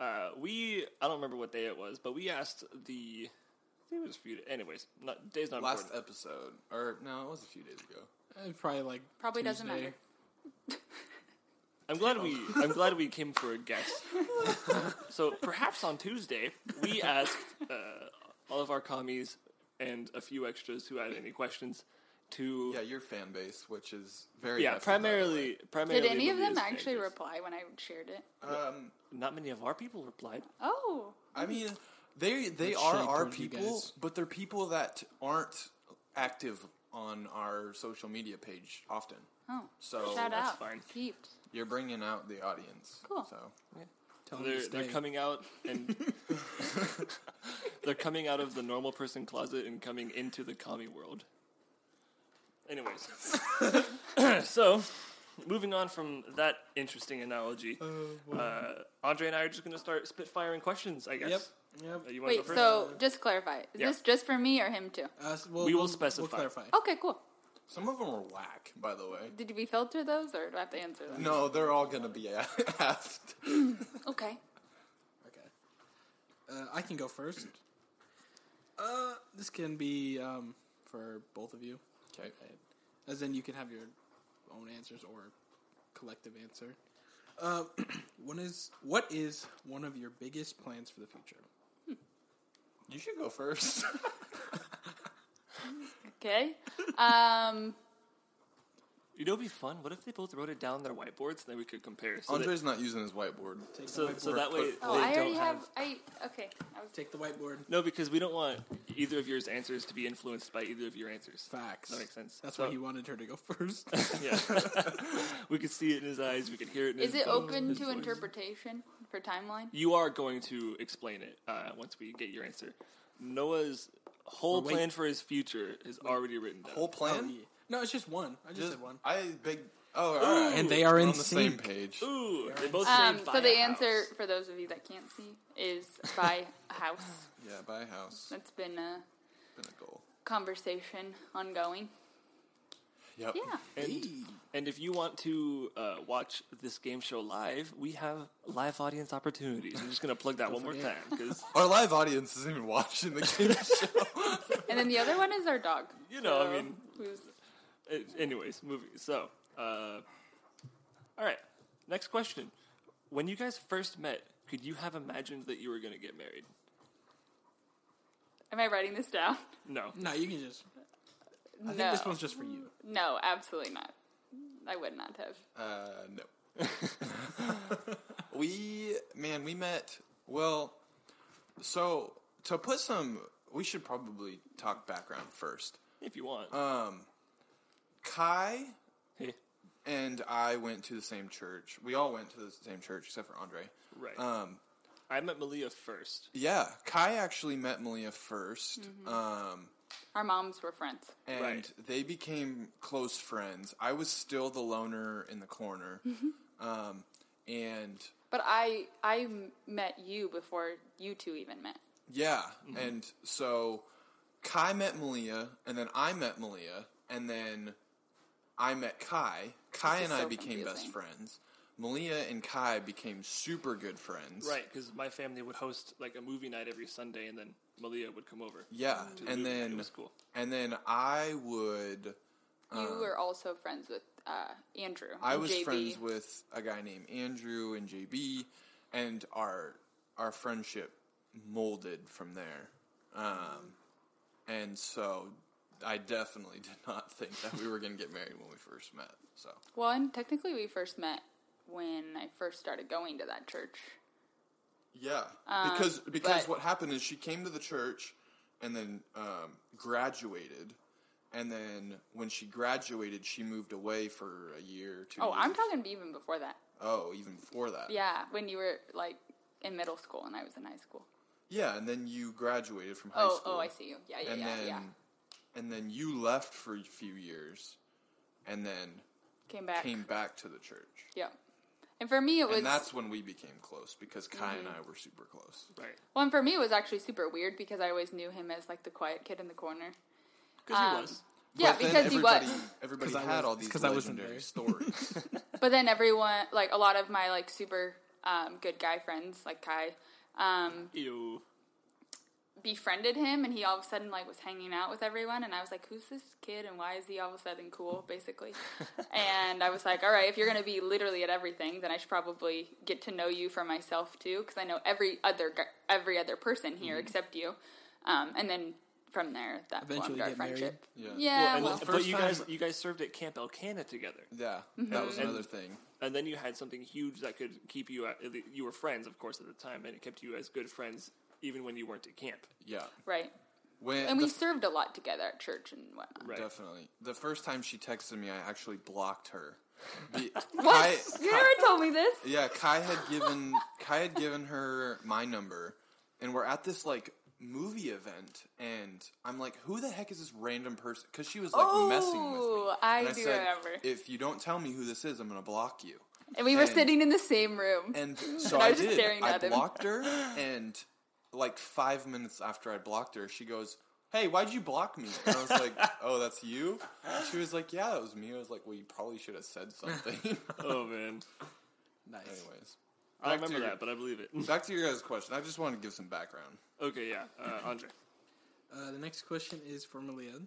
Uh, we, I don't remember what day it was, but we asked the. I think it was a few. Anyways, not, day's not
Last
important.
episode, or no, it was a few days ago.
It Uh, probably like
Probably doesn't
Tuesday.
matter.
I'm glad we I'm glad we came for a guest. so perhaps on Tuesday we asked uh, all of our commies and a few extras who had any questions to
Yeah, your fan base, which is very
yeah
hefty, by the
primarily primarily
did any of
Maria's
them actually
fans.
reply when i shared it
way. Um,
Not many of our people replied.
oh
I mean, they they
That's
are
shade
our
toward you
people,
guys.
but they're people that aren't active on our social media page often.
Oh,
So
shout
that's
out,
fine.
peeps.
you're bringing out the audience.
Cool.
So
Tell them
They're
to
they're
stay.
coming out and they're coming out of the normal person closet and coming into the commie world. Anyways, so moving on from that interesting analogy, uh, Andre and I are just going to start spitfiring questions. I guess.
Yep. Yep.
Uh, You want to
Wait,
go first?
so just clarify. Is
Yeah.
this just for me or him too?
Uh, s- we'll,
We will
we'll-
specify.
We'll clarify.
Okay, cool.
some of them are whack, by the way.
Did we filter those or do I have to answer them?
No, they're all gonna be a- asked.
Okay.
Okay. Uh, I can go first. Uh, this can be um, for both of you.
Okay.
As in, you can have your own answers or collective answer. Um, one is what is one of your biggest plans for the future?
You should go first.
Okay. Um,
you know, it'd be fun. What if they both wrote it down on their whiteboards, then we could compare. So
Andre's not using his whiteboard.
that, so, so
whiteboard
that way
put-
oh,
they
I
don't
already have,
have
I okay. I was,
Take the whiteboard.
No, because we don't want either of your answers to be influenced by either of your answers.
Facts.
That makes sense.
That's
So-
why he wanted her to go first.
Yeah. we could see it in his eyes. We could hear it. In
is
his
it
voice.
open
his
to
voice.
interpretation for timeline?
You are going to explain it uh, once we get your answer. Noah's whole
Or wait.
plan for his future is already written down.
Whole
Oh,
plan.
yeah. No, it's just one. I just,
Just
said one.
I big. Oh, all right.
And they are
We're
in
on the same
sync.
page.
Ooh, they both
Um,
say
so
buy
the
a house.
answer for those of you that can't see is buy a house.
Yeah, buy a house.
That's been a
Been a goal.
conversation ongoing.
Yep.
Yeah.
And,
E.
and if you want to uh, watch this game show live, we have live audience opportunities. I'm just going to plug that one more time
forget.
because
Our live audience isn't even watching the game show.
And then the other one is our dog.
You know, I
So,
mean-
who's
Uh, anyways, movie. So, uh, all right. Next question: When you guys first met, could you have imagined that you were going to get married?
Am I writing this down?
No.
No, you can just. I
no.
think this one's just for you.
No, absolutely not. I would not have.
Uh, no. we man, we met. Well, so to put some, we should probably talk background first.
If you want.
Uh, Kai
hey,
and I went to the same church. We all went to the same church except for Andre.
right.
Um,
I met Malia first.
yeah, Kai actually met Malia 1st
Mm-hmm.
Um.
Our moms were friends.
and
Right.
they became close friends. I was still the loner in the corner,
Mm-hmm.
um, and
But I I m- met you before you two even met.
yeah, and so Kai met Malia, and then I met Malia, and then I met Kai. Kai
This is
and I
so
became best
confusing.
friends. Malia and Kai became super good friends.
Right, because my family would host like a movie night every Sunday, and then Malia would come over.
Yeah,
to the movie
and
night.
then
it was cool.
and then I would
you were also friends with uh, Andrew.
Uh. I
and
was
JB.
friends with a guy named Andrew and JB, and our our friendship molded from there. Um, and so I definitely did not think that we were going to get married when we first met. So
Well, and technically, we first met when I first started going to that church.
yeah, because because
Uh, but-
what happened is she came to the church and then um, graduated. And then when she graduated, she moved away for a year, two.
Oh, I'm
years.
talking even before that.
Oh, even before that.
Yeah, when you were like in middle school and I was in high school.
Yeah, and then you graduated from high
Oh,
school.
oh, I see you. Yeah, yeah,
and
yeah,
then
yeah.
and then you left for a few years and then
Came back.
came back to the church
Yep. And for me, it was
and
Mm-hmm.
that's when we became close because kai and i were super close
Right,
well. And for me, it was actually super weird because I always knew him as like the quiet kid in the corner.
because
Um,
he was.
Yeah,
But then
because he was.
everybody
'Cause I
had
was-
all
it's
these
'cause I wasn't
legendary
there.
stories
But then everyone, like a lot of my like super um, good guy friends, like Kai, um,
Ew.
befriended him, and he all of a sudden like was hanging out with everyone, and I was like, "Who's this kid? And why is he all of a sudden cool?" Basically, and I was like, "All right, if you're gonna be literally at everything, then I should probably get to know you for myself too, because I know every other gu- every other person here except you." Um, and then from there, that
Eventually
formed our
get married.
friendship.
Yeah.
Well,
Yeah,
and
well,
then- but
first
you
time-
guys, you guys served at Camp Elcana together,
yeah that
Mm-hmm.
was
And-
another thing
and then you had something huge that could keep you. At, you were friends, of course, at the time, and it kept you as good friends even when you weren't at camp.
yeah
right.
when
And
the
we
f-
served a lot together at church and whatnot.
Right.
definitely the first time she texted me i actually blocked her Be-
What?
Kai-
you
Kai-
never told me this.
Yeah, Kai had given Kai had given her my number, and we're at this like movie event, and I'm like, "Who the heck is this random person?" Because she was like messing with me.
Oh, I
And
do remember.
If you don't tell me who this is, I'm gonna block you.
And we were
And-
sitting in the same room.
And so
And I
I,
was just
did.
staring
I
at him.
blocked her, and like five minutes after I blocked her, she goes. Hey, why'd you block me? And I was like, "Oh, that's you." And she was like, "Yeah, it was me." I was like, "Well, you probably should have said something."
Oh man,
Nice.
Anyways,
I
Back to
remember
your-
that, but I believe it.
back to your guys' question. I just want to give some background.
okay, yeah, uh, Andre.
Uh, the next question is for Malia.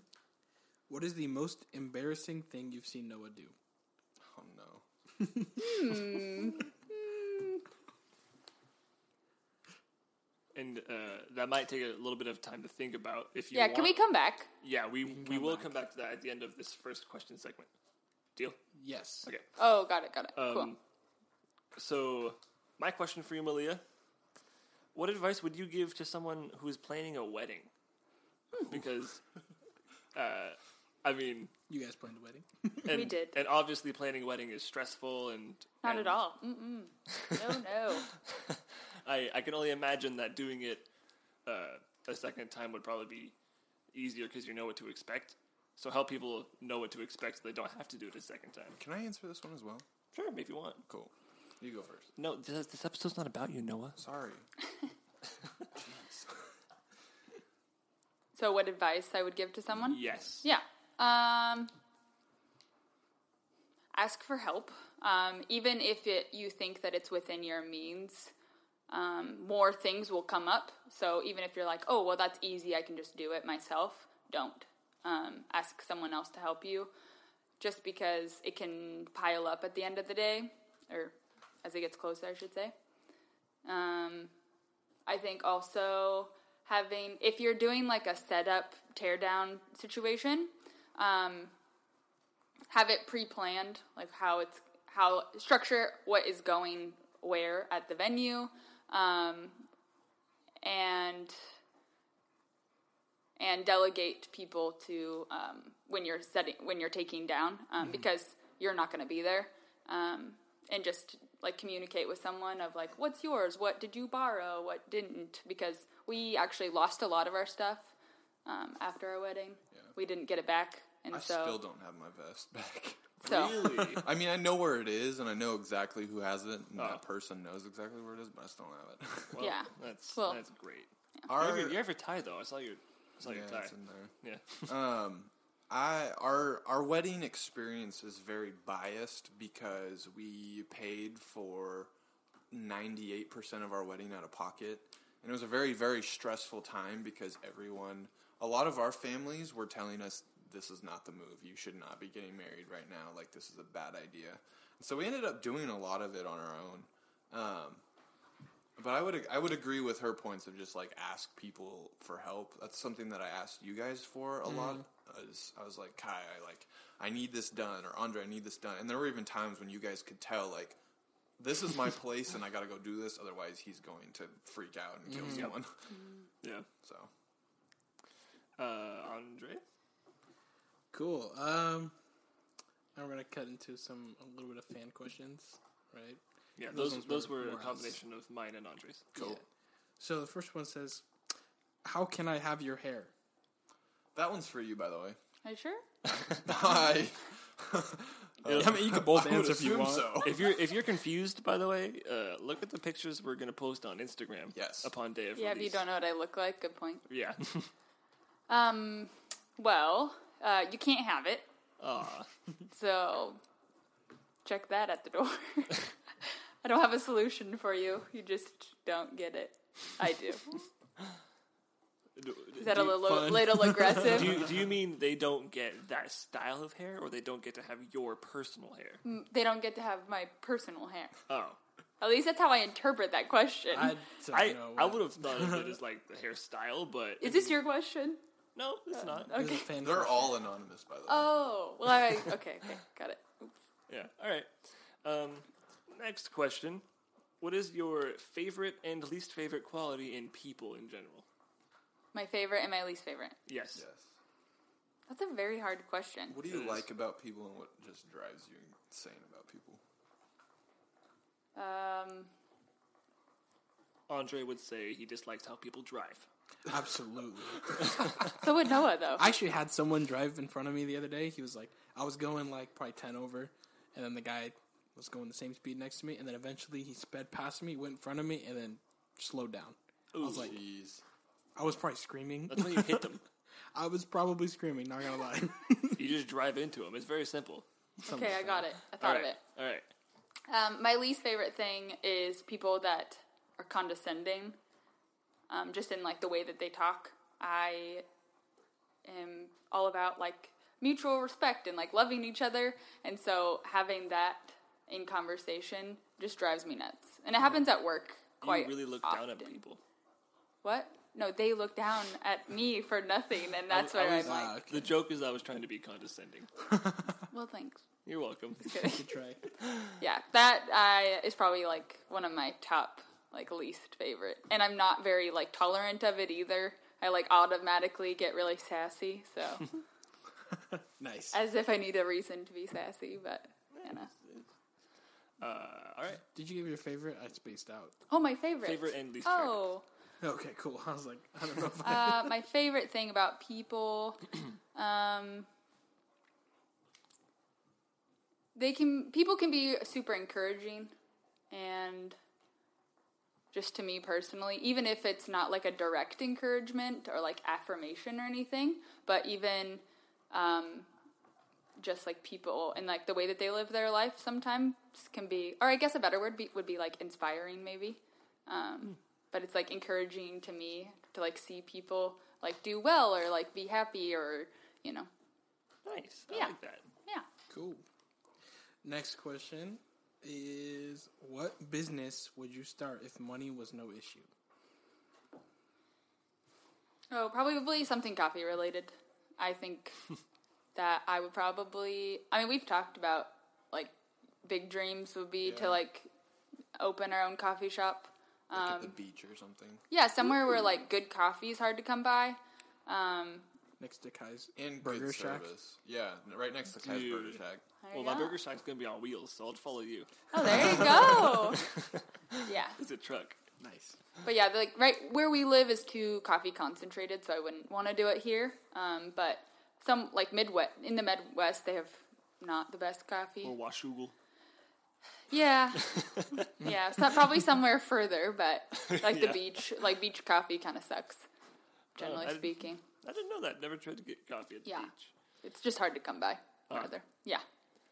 What is the most embarrassing thing you've seen Noah do?
Oh no.
and uh, that might take a little bit of time to think about. If you
yeah,
want.
can we come back?
Yeah, we we will come back to that at the end of this first question segment. Deal.
Yes.
Okay.
Oh, got it, got it.
Um,
cool.
So, my question for you, Malia: What advice would you give to someone who is planning a wedding?
Hmm.
Because, uh, I mean,
You guys planned a wedding.
and,
did.
and obviously planning a wedding is stressful, and
Not
and
at all. Mm-mm. No, no.
I I can only imagine that doing it uh, a second time would probably be easier because you know what to expect. So help people know what to expect so they don't have to do it a second time.
Can I answer this one as well?
Sure, if you want.
Cool. You go first.
No, this, this episode's not about you, Noah.
Sorry.
so, what advice I would give to someone?
Yes.
Yeah. Um, ask for help, um, even if it, you think that it's within your means. Um, more things will come up. So even if you're like, oh, well, that's easy, I can just do it myself. Don't um, ask someone else to help you, just because it can pile up at the end of the day, or as it gets closer, I should say. Um, I think also having if you're doing like a setup teardown situation, um, have it pre-planned, like how it's how structure what is going where at the venue, um, and and delegate people to um, when you're setting when you're taking down um, because you're not going to be there um, and just like communicate with someone of like what's yours what did you borrow what didn't because we actually lost a lot of our stuff um, after our wedding we didn't get it back and
I
so
still don't have my vest back.
so
Really?
I mean, I know where it is, and I know exactly who has it, and
Oh.
that person knows exactly where it is, but I still don't have it.
Well,
Yeah.
That's
Well-
that's great.
Our,
You're, you're ever tied though. I saw your I It's not your
Yeah,
tie.
it's in there.
Yeah.
um, I our our wedding experience is very biased because we paid for ninety eight percent of our wedding out of pocket, and it was a very very stressful time because everyone, a lot of our families were telling us this is not the move. You should not be getting married right now. Like this is a bad idea. So we ended up doing a lot of it on our own. Um, but I would I would agree with her points of just like ask people for help. That's something that I asked you guys for a lot.
Mm-hmm.
Is I was like Kai, I like I need this done, or Andre, I need this done. And there were even times when you guys could tell like this is my place, and I got to go do this. Otherwise, he's going to freak out and
Mm-hmm.
kill someone.
Yeah.
So
Uh, Andre?
Cool. Um, now we're gonna cut into some a little bit of fan questions, right?
Yeah, those
Those ones
those,
were
were,
more
a
us.
combination of mine and Andre's.
cool.
Yeah. So the first one says, "How can I have your hair?"
That one's for you, by the way.
Are you sure?
Hi.
Yeah,
I mean, you can both
I would
answer if you
assume
want.
so.
If you're if you're confused, by the way, uh, look at the pictures we're gonna post on Instagram.
Yes.
Upon day of
Yeah, if you
release.
don't know what I look like, good point.
Yeah.
Um, well, uh, you can't have it.
Aw.
So check that at the door. I don't have a solution for you. You just don't get it. I do.
Do-
Is that a
do-
little,
fun.
little aggressive?
Do you, do you mean they don't get that style of hair, or they don't get to have your personal hair?
Mm, they don't get to have my personal hair.
Oh,
At least that's how I interpret that question.
I don't
I
know.
I
what-
would have thought of it as like the hairstyle, but
Is Uh, this your question?
no? It's not.
This is a
Okay.
fan
They're
question.
all anonymous, by the way.
Oh, well, I, okay, okay, got it.
Yeah. All right. Um, next question: What is your favorite and least favorite quality in people in general?
My favorite and my least favorite.
Yes.
yes.
That's a very hard question.
What do
It
you
is.
like about people, and what just drives you insane about people?
Um,
Andre would say he dislikes how people drive.
Absolutely.
so would Noah though.
I actually had someone drive in front of me the other day. He was like, I was going like probably 10 over, and then the guy was going the same speed next to me, and then eventually he sped past me, went in front of me, and then slowed down. I was like,
Jeez.
I was probably screaming.
That's when you hit them.
I was probably screaming, not gonna lie.
you just drive into them. It's very simple.
okay, I got it. I thought
All
of
right.
it.
All right.
Um, my least favorite thing is people that are condescending, um, just in like the way that they talk. I am all about like mutual respect and like loving each other, and so having that in conversation just drives me nuts. And it happens at work quite.
you really look down at
often.
people.
What? No, they look down at me for nothing, and that's
I
where I'm
was-
like,
Ah, okay,
The joke is I was trying to be condescending.
well, thanks.
You're welcome.
good try.
yeah, that I is probably like one of my top like least favorite, and I'm not very like tolerant of it either. I like automatically get really sassy, so
Nice.
as if I need a reason to be sassy, but you know.
Uh, all right.
Did you give your favorite? I spaced out.
Oh, my favorite.
Favorite and least
Oh,
Okay, cool. I was like, I don't know if I.
uh, my favorite thing about people, um, they can people can be super encouraging, and just to me personally, even if it's not like a direct encouragement or like affirmation or anything, but even um, just like people and like the way that they live their life sometimes can be, or I guess a better word be, would be like inspiring maybe. Um, But it's like encouraging to me to like see people like do well or like be happy or, you know,
favorite. Nice. I
Yeah.
like that.
yeah.
Cool. Next question is what business would you start if money was no issue?
Oh, probably something coffee related. I think that I would probably. I mean, we've talked about like big dreams would be
Yeah.
to like open our own coffee shop.
Like at the beach or something.
Yeah, somewhere where like good coffee is hard to come by. Um,
Next to Kai's
And
Burger
good
Shack.
service. Yeah, n- right next to Kai's Burger
Dude.
Shack.
there
Well,
you
my
go.
burger shack's gonna be on wheels, so I'll follow you.
Oh, there you go. yeah,
It's a truck.
Nice.
but yeah, like right where we live is too coffee concentrated, so I wouldn't want to do it here. Um, but some like Midwest in the Midwest, they have not the best coffee.
Or Washougal.
Yeah. yeah. So probably somewhere further, but like
Yeah. Oh,
the beach, like beach coffee kind of sucks, generally
I-
speaking.
I didn't know that. Never tried to get coffee at the
Yeah.
beach.
It's just hard to come by.
Oh.
Rather, yeah.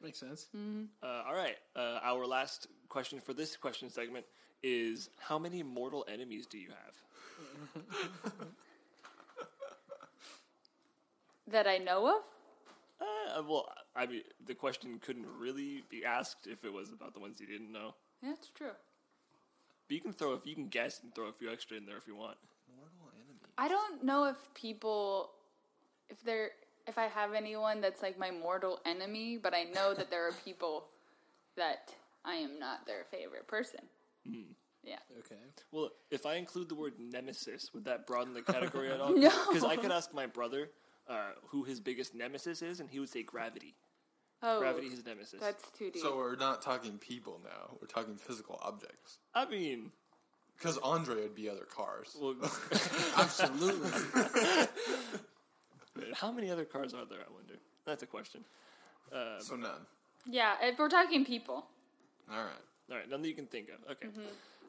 Makes sense.
Mm.
Uh, all right. Uh, our last question for this question segment is how many mortal enemies do you have?
That I know of.
Uh, well, I mean, the question couldn't really be asked if it was about the ones you didn't know.
That's true.
But you can throw if you can guess and throw a few extra in there if you want.
Mortal enemy.
I don't know if people, if they're, if I have anyone that's like my mortal enemy, but I know that there are people that I am not their favorite person.
Hmm.
Yeah.
Okay.
Well, if I include the word nemesis, would that broaden the category at all? Because I could ask my brother uh, who his biggest nemesis is, and he would say gravity.
Oh,
Gravity is nemesis.
that's too deep.
So we're not talking people now. We're talking physical objects.
I mean,
Because Andre would be other cars.
well,
Absolutely.
Oh,
how many other cars are there? I wonder. That's a question.
so none.
yeah, if we're talking people,
All right.
All right, none that you can think of. Okay.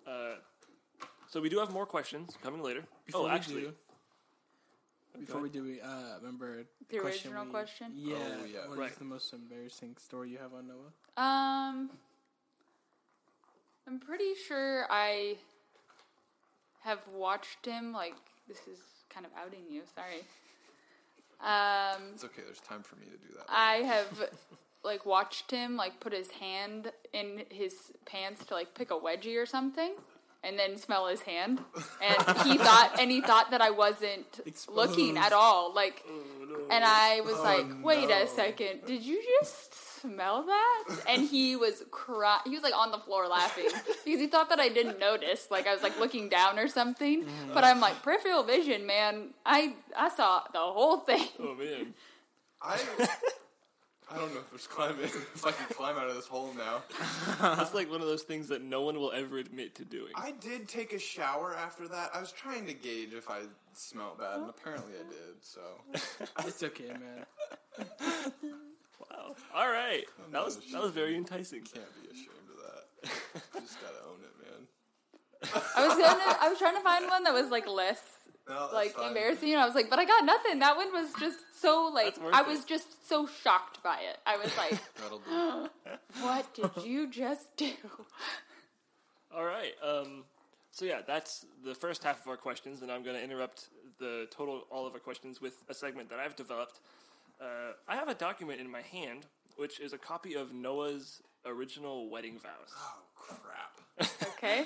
Uh, so we do have more questions coming later.
Before
oh,
we
actually,
do- Before we do, we uh, remember
The original
we-
question?
Yeah.
Oh, yeah.
what is
Right.
the most embarrassing story you have on Noah?
um, I'm pretty sure I have watched him. Like, this is kind of outing you. Sorry. Um,
It's okay. There's time for me to do that.
I have like watched him like put his hand in his pants to like pick a wedgie or something and then smell his hand and he thought and he thought that I wasn't looking at
Exposed.
all like
oh,
and I was like wait
no.
a second did you just smell that and he was cry he was like on the floor laughing because he thought that I didn't notice like I was like looking down or something but I'm like peripheral vision man I I saw the whole thing
oh man,
I, I don't know if there's climbing. if I can climb out of this hole now.
that's like one of those things that no one will ever admit to doing.
I did take a shower after that. I was trying to gauge if I smelled bad, and apparently I did. So
It's okay, man.
Wow. All right,
Oh,
that was
gosh.
that was very enticing.
can't be ashamed of that. Just gotta own it, man.
I was gonna, I was trying to find one that was like less
No, that's
like
fine.
embarrassing, and I was like, but I got nothing. That one was just so like
That's worth
I was
it.
just so shocked by it. I was like,
That'll do.
what did you just do?
All right. Um, so yeah, that's the first half of our questions, and I'm going to interrupt the total all of our questions with a segment that I've developed. Uh, I have a document in my hand, which is a copy of Noah's original wedding vows.
Oh crap.
Okay,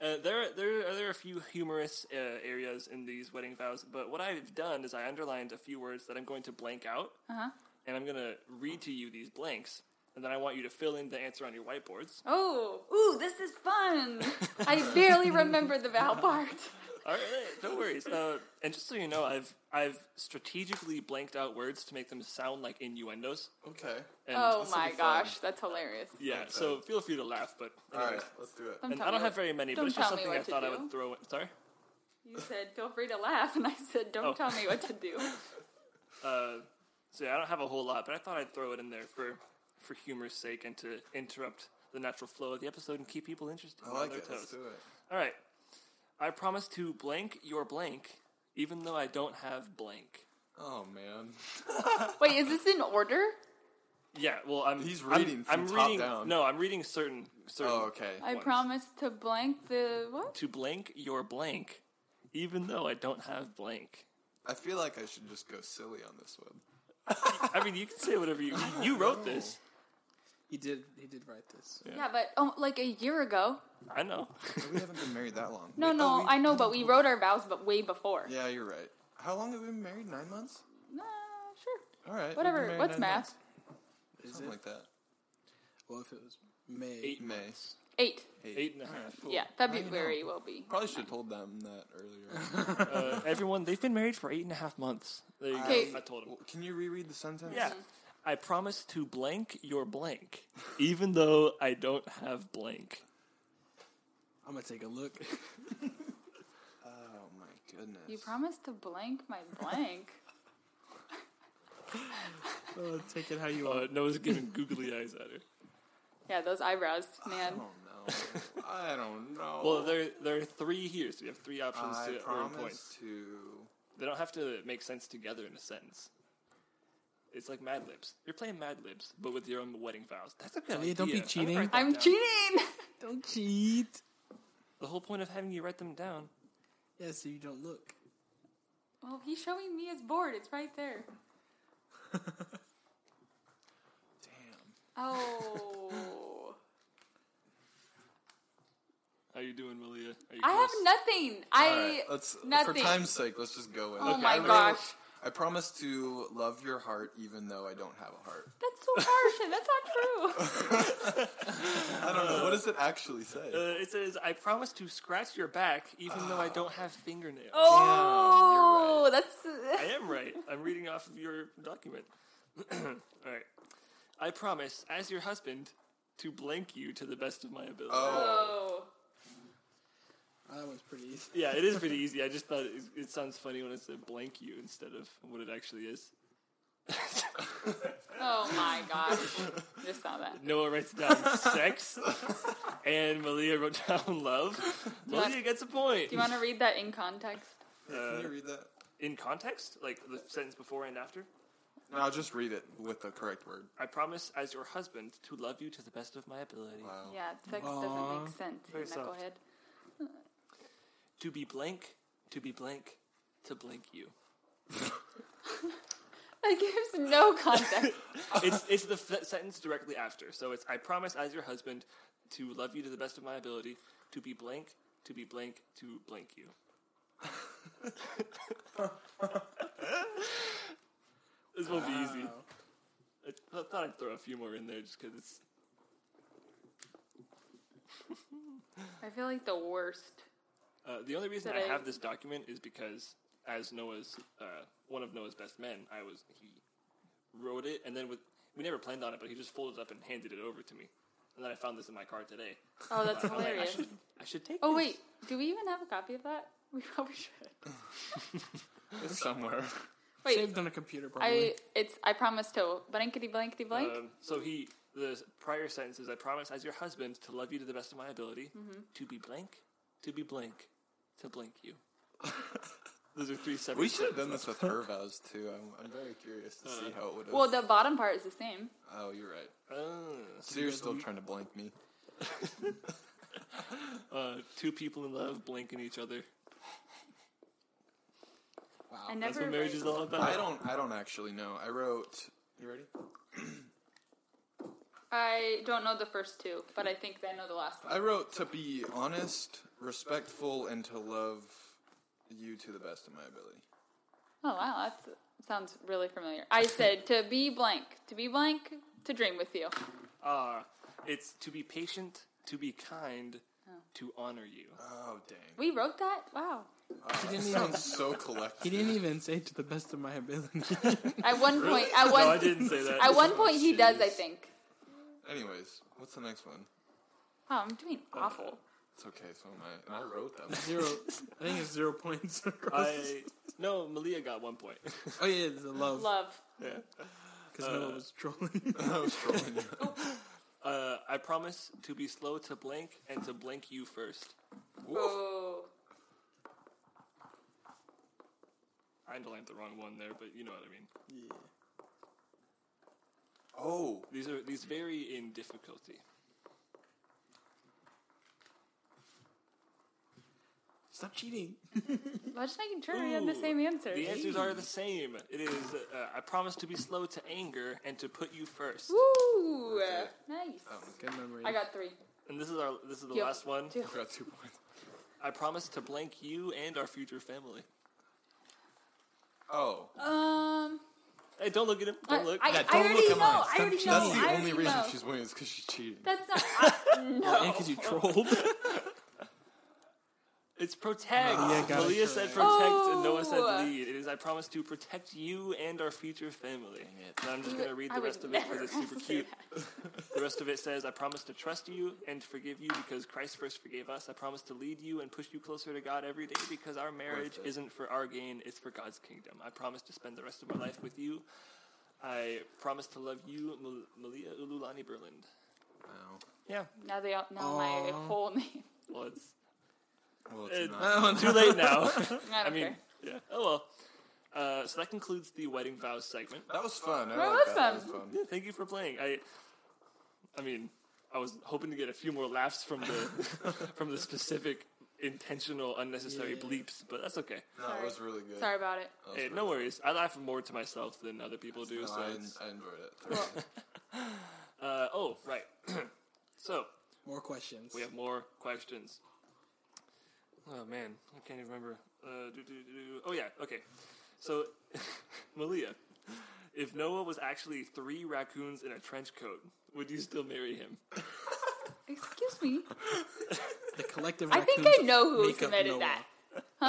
Uh, there, there are there are a few humorous uh, areas in these wedding vows, but what I've done is I underlined a few words that I'm going to blank out,
Uh-huh.
and I'm going to read to you these blanks, and then I want you to fill in the answer on your whiteboards.
oh, ooh, this is fun. I barely remember the vowel part.
All right, no worries. Uh, and just so you know, I've I've strategically blanked out words to make them sound like innuendos.
Okay.
And
Oh
This will
my
be fun.
gosh, that's hilarious.
yeah. So feel free to laugh, but
All
anyways.
right. Let's do it.
Don't
And
tell
I don't
me
have
what-
very many, but
don't
it's just
tell me
something I
what to
thought I
do.
would throw. in- Sorry.
You said feel free to laugh, and I said don't
Oh.
tell me what to do.
Uh, so yeah, I don't have a whole lot, but I thought I'd throw it in there for for humor's sake and to interrupt the natural flow of the episode and keep people interested.
I
and on
like
their
it.
toes.
Let's do it.
All right. I promise to blank your blank, even though I don't have blank.
Oh man.
Wait, is this in order?
Yeah, well, I'm
He's
I'm-
reading
I'm,
from top
reading.
down.
No, I'm reading certain certain.
Oh okay.
I
Once.
promise to blank the what?
To blank your blank, even though I don't have blank.
I feel like I should just go silly on this one.
I mean, you can say whatever you you wrote this.
He did. He did write this.
Yeah, but oh, like a year ago.
I know.
we haven't been married that long.
No,
Wait,
no,
oh, we-
I know, but we wrote our vows, but way before.
Yeah, you're right. How long have we been married? Nine months.
Nah, sure,
All right. we've been
whatever.
married
What's
nine
math?
months.
Is
Something
it?
like that.
well, if it was May,
Eight,
May.
Eight.
eight and a half.
Yeah, February will be.
Probably should have told them that earlier.
Uh, everyone, they've been married for eight and a half months. There you go.
Okay.
I told him.
Well, Can you reread the sentence?
Yeah. I promise to blank your blank, even though I don't have blank.
I'm gonna take a look.
Oh my goodness.
You promised to blank my blank.
oh, take it how you want.
Uh, Noah's giving googly eyes at her.
yeah, those eyebrows,
Ah, I
man.
don't know. I don't know.
Well, there there are three here, so you have three options
I
to earn
promise
points.
to
They don't have to make sense together in a sentence. It's like Mad Libs. You're playing Mad Libs, but with your own wedding vows. That's a good idea.
Yeah, don't be
I'm gonna
cheating.
write that
I'm
down.
cheating.
Don't cheat.
The whole point of having you write them down.
Yeah, so you don't look.
well, he's showing me his board. It's right there.
Damn.
Oh.
How you doing, Malia? Are you
I have
close?
nothing. I
Alright, let's for
nothing.
time's sake, let's just go with it.
Oh
my
I really-
gosh.
I promise to love your heart even though I don't have a heart.
That's so harsh, and that's not true.
I don't know. What does it actually say?
Uh, it says, "I promise to scratch your back, even though I don't have fingernails."
Oh,
I
that's
am right. I'm reading off of your document. All right. I promise, as your husband, to blank you to the best of my ability.
oh.
That one's pretty easy.
Yeah, it is pretty easy. I just thought it, it sounds funny when it said blank you instead of what it actually is.
Oh my gosh! Just saw that.
Noah writes down sex, and Malia wrote down love.
want-
Malia gets a point.
Do you want to read that in context?
Can you read that?
In context, like the sentence before and after.
No, I'll just read it with the correct word.
I promise, as your husband, to love you to the best of my ability.
Wow.
Yeah, sex doesn't
Aw.
make sense.
Very soft.
Knucklehead.
To be blank, to be blank, to blank you.
That gives no context.
it's it's the f- sentence directly after. So it's I promise, as your husband, to love you to the best of my ability, to be blank, to be blank, to blank you. this won't be easy. I th- I thought I'd throw a few more in there just because it's.
I feel like the worst.
Uh, the only reason
Did
I
I-
have this document is because, as Noah's uh, one of Noah's best men, I was he wrote it, and then with we never planned on it, but he just folded it up and handed it over to me, and then I found this in my car today.
Oh, that's
I'm like, I
hilarious.
should, I should take.
Oh
this.
wait, do we even have a copy of that? We probably should.
It's somewhere.
Wait,
Saved on a computer, probably.
I it's I promise to blankety blankety blank.
Um, so he the prior sentence is I promise as your husband to love you to the best of my ability,
Mm-hmm.
to be blank, to be blank, to blank you. Those are three separate.
We should have
sentences.
done this with her vows too. I'm, I'm very curious to see how it would have.
well, the bottom part is the same.
oh, you're right.
Ah.
So you're still trying to blank me.
Uh, two people in love blanking each other.
I
That's
never.
what marriage is
like-
all about.
I don't. I don't actually know. I wrote. You ready?
I don't know the first two, but I think I know the last one.
I wrote to be honest, respectful, and to love you to the best of my ability.
Oh wow, that sounds really familiar. I said to be blank, to be blank, to dream with you.
Ah, it's to be patient, to be kind, to honor you.
Oh dang!
We wrote that. Wow.
he, didn't
That
even,
sounds so
he
collective.
didn't even say to the best of my ability.
At one point, at
No, I
one,
didn't say that.
at one point, he does. I think.
Anyways, what's the next one?
Oh, I'm doing awful.
It's okay. So am I. And I wrote them.
zero. I think it's zero points. across.
I no, Malia got one point.
oh yeah, the love.
Love.
Because no one was trolling.
I was trolling you.
Uh, I promise to be slow to blank and to blank you first.
Oh,
I underlined the wrong one there, but you know what I mean.
Oh,
These are these vary in difficulty.
Stop cheating.
I'm just making sure we have the
Ooh,
same answer.
The answers are the same. It is uh, I promise to be slow to anger and to put you first.
Woo! Nice.
Oh, Good memory.
I got three.
And this is our this is the
Yep.
last one.
Two.
I got two points.
I promise to blank you and our future family.
Oh,
Um,
Hey, don't look at him. Don't
Uh, I,
look.
I,
don't
I
look
already
at
know.
mine.
I already know.
that's
I
the
already
only reason
know.
she's winning is because she's cheating.
That's not. I,
And
no.
because you trolled.
it's protect.
yeah, got it
Malia said protect,
correct.
and Noah said
Oh.
lead. It is I promise to protect you and our future family. And I'm just gonna read
I
the
would
rest of it because it's
never
super
say
cute.
that.
The rest of it says, I promise to trust you and forgive you because Christ first forgave us. I promise to lead you and push you closer to God every day because our marriage
it.
isn't for our gain, it's for God's kingdom. I promise to spend the rest of my life with you. I promise to love you, Mal- Malia Ululani Berland.
Wow.
Yeah.
Now they all know my whole name.
Well, it's
Well, it's
Uh,
not.
too late now.
I don't
I mean,
care.
yeah. Oh, well. Uh, so that concludes the wedding vows segment.
That was fun. I
That
like
was
that.
fun.
That was fun.
Yeah, thank you for playing. I, I mean, I was hoping to get a few more laughs from the from the specific intentional unnecessary bleeps, but that's okay.
No, it was really good.
Sorry about it.
That was
Hey,
really
no worries. I laugh more to myself than other people do.
No,
so
I,
it's-
I enjoyed it. Totally.
uh, oh, right. so
More questions.
we have more questions. Oh man, I can't even remember. Uh, do, do, do, do. Oh yeah, okay. So, Malia, if Noah was actually three raccoons in a trench coat, would you still marry him?
Excuse me.
The collective.
I think
raccoons
I know who
make up
submitted
Noah.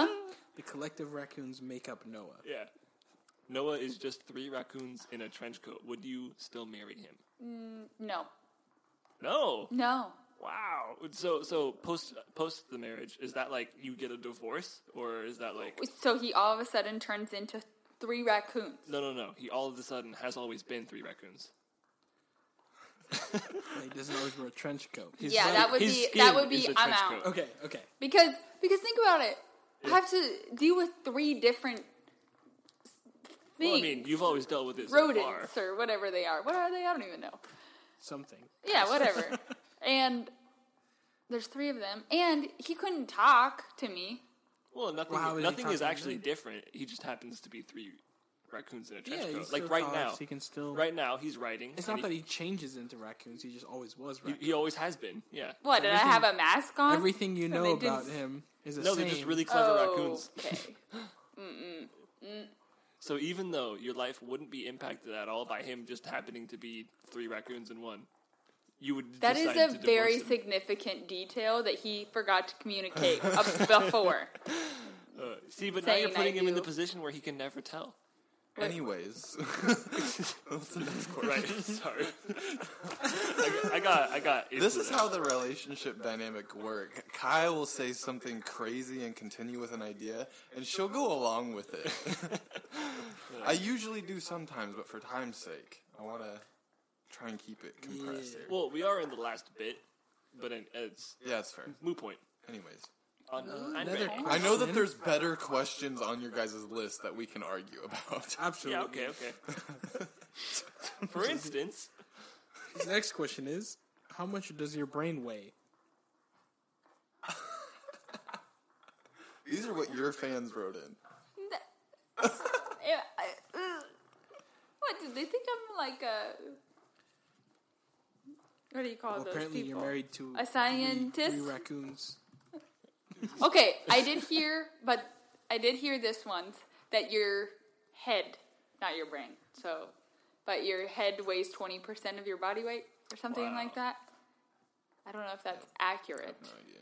that.
The collective raccoons make up Noah.
Yeah. Noah is just three raccoons in a trench coat. Would you still marry him?
No.
No.
No.
Wow. So so post post the marriage is that like you get a divorce or is that like
So he all of a sudden turns into three raccoons.
no no no he all of a sudden has always been three raccoons.
He doesn't always wear a trench coat.
His
Yeah,
skin-
that would
his
be-
skin
that would be-
is a
I'm
trench
out.
coat.
Okay, okay.
Because because think about it. I have to deal with three different
Well, I
things.
mean, you've always dealt with it so far.
rodents or whatever they are. What are they? I don't even know.
Something.
Yeah, whatever. and there's three of them. And he couldn't talk to me.
Well, nothing
Well, how is he
nothing is
talking
actually
then?
different. He just happens to be three raccoons in a trench
Yeah, he
coat.
still
Like right
talks,
now,
he can still-
right now he's writing.
It's
and
not that he changes into raccoons. He just always was
he,
raccoon.
he always has been. Yeah.
What, did I have a mask on?
Everything you
And
know
they didn't-
about him is the
No,
same.
they're just really clever
Oh,
raccoons.
okay.
So even though your life wouldn't be impacted at all by him just happening to be three raccoons in one, you would.
That is
decide
a
to divorce
very
him.
significant detail that he forgot to communicate up before.
see, but now
saying
you're putting
I
him in the
do.
position where he can never tell.
Anyways,
Right? Sorry. I got. I got. into
this is
that.
how the relationship dynamic work. Kyle will say something crazy and continue with an idea, and she'll go along with it. I usually do sometimes, but for time's sake, I want to try and keep it compressed. here.
Well, we are in the last bit, but it- it's
Yeah, that's fair.
moot point.
Anyways,
On,
Uh,
I'm
Another
ready.
I
question.
know that there's better questions on your guys' list that we can argue about.
Yeah,
Absolutely.
okay, okay. For instance,
His next question is How much does your brain weigh?
These are what your fans wrote in.
Yeah, I- ugh. what do they think? I'm like a what do you call
Well,
those
apparently,
people?
you're married to
A scientist?
Three, three raccoons.
Okay, I did hear, but I did hear this once that your head, not your brain, so but your head weighs twenty percent of your body weight or something
Wow.
like that. I don't know if that's accurate,
No idea.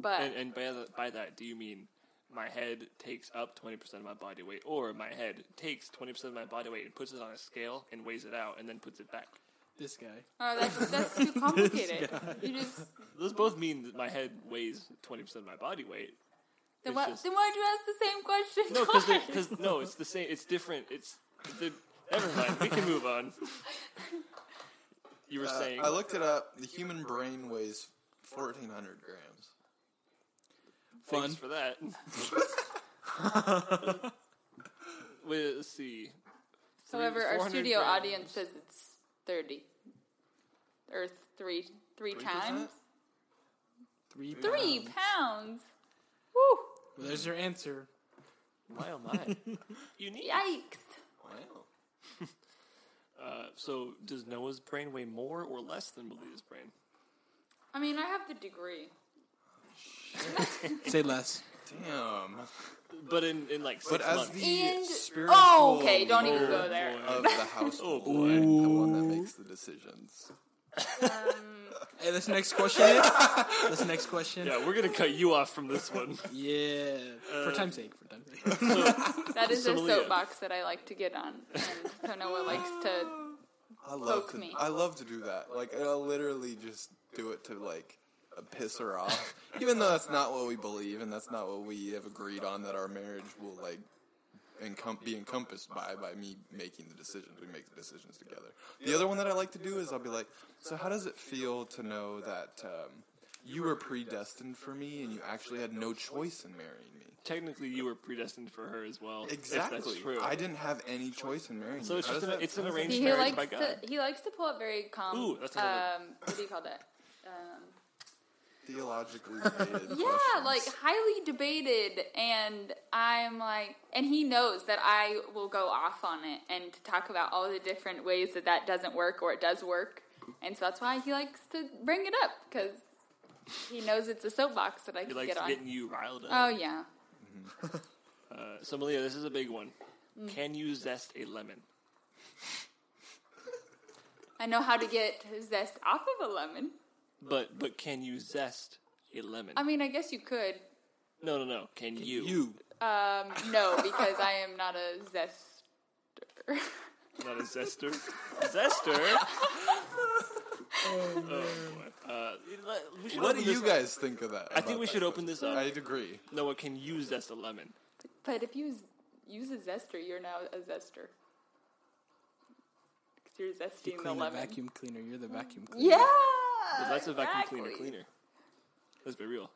but
and, and by, the, by that, do you mean my head takes up 20% of my body weight, or my head takes 20% of my body weight and puts it on a scale and weighs it out and then puts it back?
This guy.
oh, that's, that's too complicated. you just
Those both mean that my head weighs 20% of my body weight.
then
It's
what?
just-
Then why'd you ask the same question?
No, because
twice?
because no, it's the same. It's different. It's the, never mind. We can move on. You were
Uh,
saying
I looked it up. The human brain weighs 1,400 grams.
Thanks
Fun.
for that. Wait, let's see. Three-
However, our
400
studio
grams.
audience says it's thirty, or three, three
3%?
times,
Three.
three
pounds.
pounds. Woo!
Well, there's your answer.
Why oh my? you need.
Yikes!
Wow.
Uh, so, does Noah's brain weigh more or less than Malia's brain?
I mean, I have the degree.
Say less.
Damn.
But in, in like six
But as
months.
the
And
spiritual
oh, okay, don't even
leader
go there.
Boy.
of the household, the one that makes the decisions.
Hey, this next question is. This next question.
Yeah, we're gonna cut you off from this one.
Yeah.
Uh,
for time's sake. For time's sake.
That is a
Somalia.
soapbox that I like to get on, and so Noah likes to.
I love
Poke
to,
me.
I love to do that. Like I'll literally just do it to like uh, piss her off, even though that's not what we believe and that's not what we have agreed on that our marriage will like encom- be encompassed by by me making the decisions. We make the decisions together. The other one that I like to do is I'll be like, so how does it feel to know that um, you were predestined for me, and you actually had no choice in marrying me.
Technically, you were predestined for her as well. If that's
Exactly.
true.
I didn't have any choice in marrying
so
you.
it's
How
just
does
an,
that-
it's an
how does that-
arranged
See, he
marriage
likes
by
to
God.
he likes to pull up very calm.
Ooh, that's another-
um, what do you call that? Um,
theologically related.
yeah,
questions.
like highly debated, and I'm like, and he knows that I will go off on it and to talk about all the different ways that that doesn't work or it does work, and so that's why he likes to bring it up because he knows it's a soapbox that I
He
can
likes
get on.
getting you riled up.
Oh yeah,
Uh, so Malia, this is a big one.
Mm.
Can you zest a lemon?
I know how to get zest off of a lemon.
But but can you zest a lemon?
I mean, I guess you could.
no no no. Can, you?
you.
Um, no, because I am not a zester.
Not a zester. zester. oh boy. Uh, let- we should
What do
open
you
this-
guys think of that?
I think we should open this up.
I agree.
Noah, can you zest a lemon?
But if you z- use a zester, you're now a zester. 'Cause you're
You
zesting the
clean the
lemon.
vacuum cleaner. You're the vacuum cleaner.
Yeah,
That's a vacuum cleaner
exactly.
cleaner. Let's be real.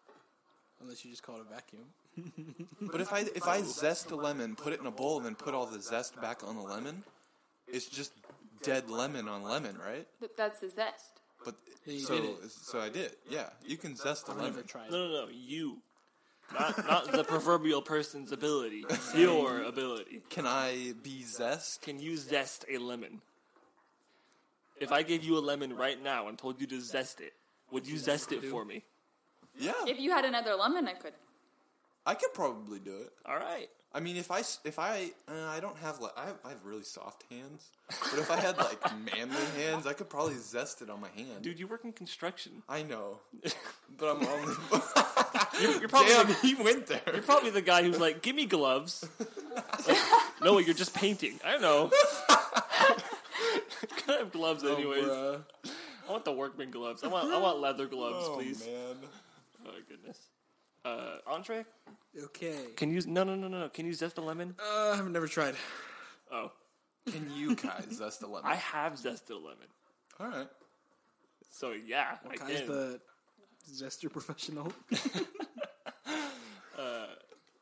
Unless you just call it a vacuum.
But if I if I zest a lemon, put it in a bowl, and then put all the zest back on the lemon, it's just dead lemon on lemon, right?
Th- That's a zest.
But
Yeah, you did
so
it.
so I did. Yeah, you can zest a
I never
lemon.
tried.
No, no, no. You. Not, not the proverbial person's ability. Your ability.
Can I be zest?
Can you zest a lemon? If I gave you a lemon right now and told you to zest it, would you zest it for me?
Yeah,
If you had another lemon, I could.
I could probably do it.
All right.
I mean, if I s- if I uh, I don't have like I have, I have really soft hands, but if I had like manly hands, I could probably zest it on my hand.
Dude, you work in construction.
I know, but I'm only.
You're probably,
Damn,
the,
he went there.
you're probably the guy who's like, give me gloves. no, you're just painting. I know. I have gloves anyways.
Oh,
I want the workman gloves. I want I want leather gloves,
bruh.
please.
Oh, man.
Oh my goodness. Uh, entree?
Okay.
Can you no no no no no? Can you zest a lemon?
Uh, I've never tried.
Oh,
Can you guys zest a lemon?
I have zested a lemon.
All right.
So yeah, I
Kai's
can.
the zester professional.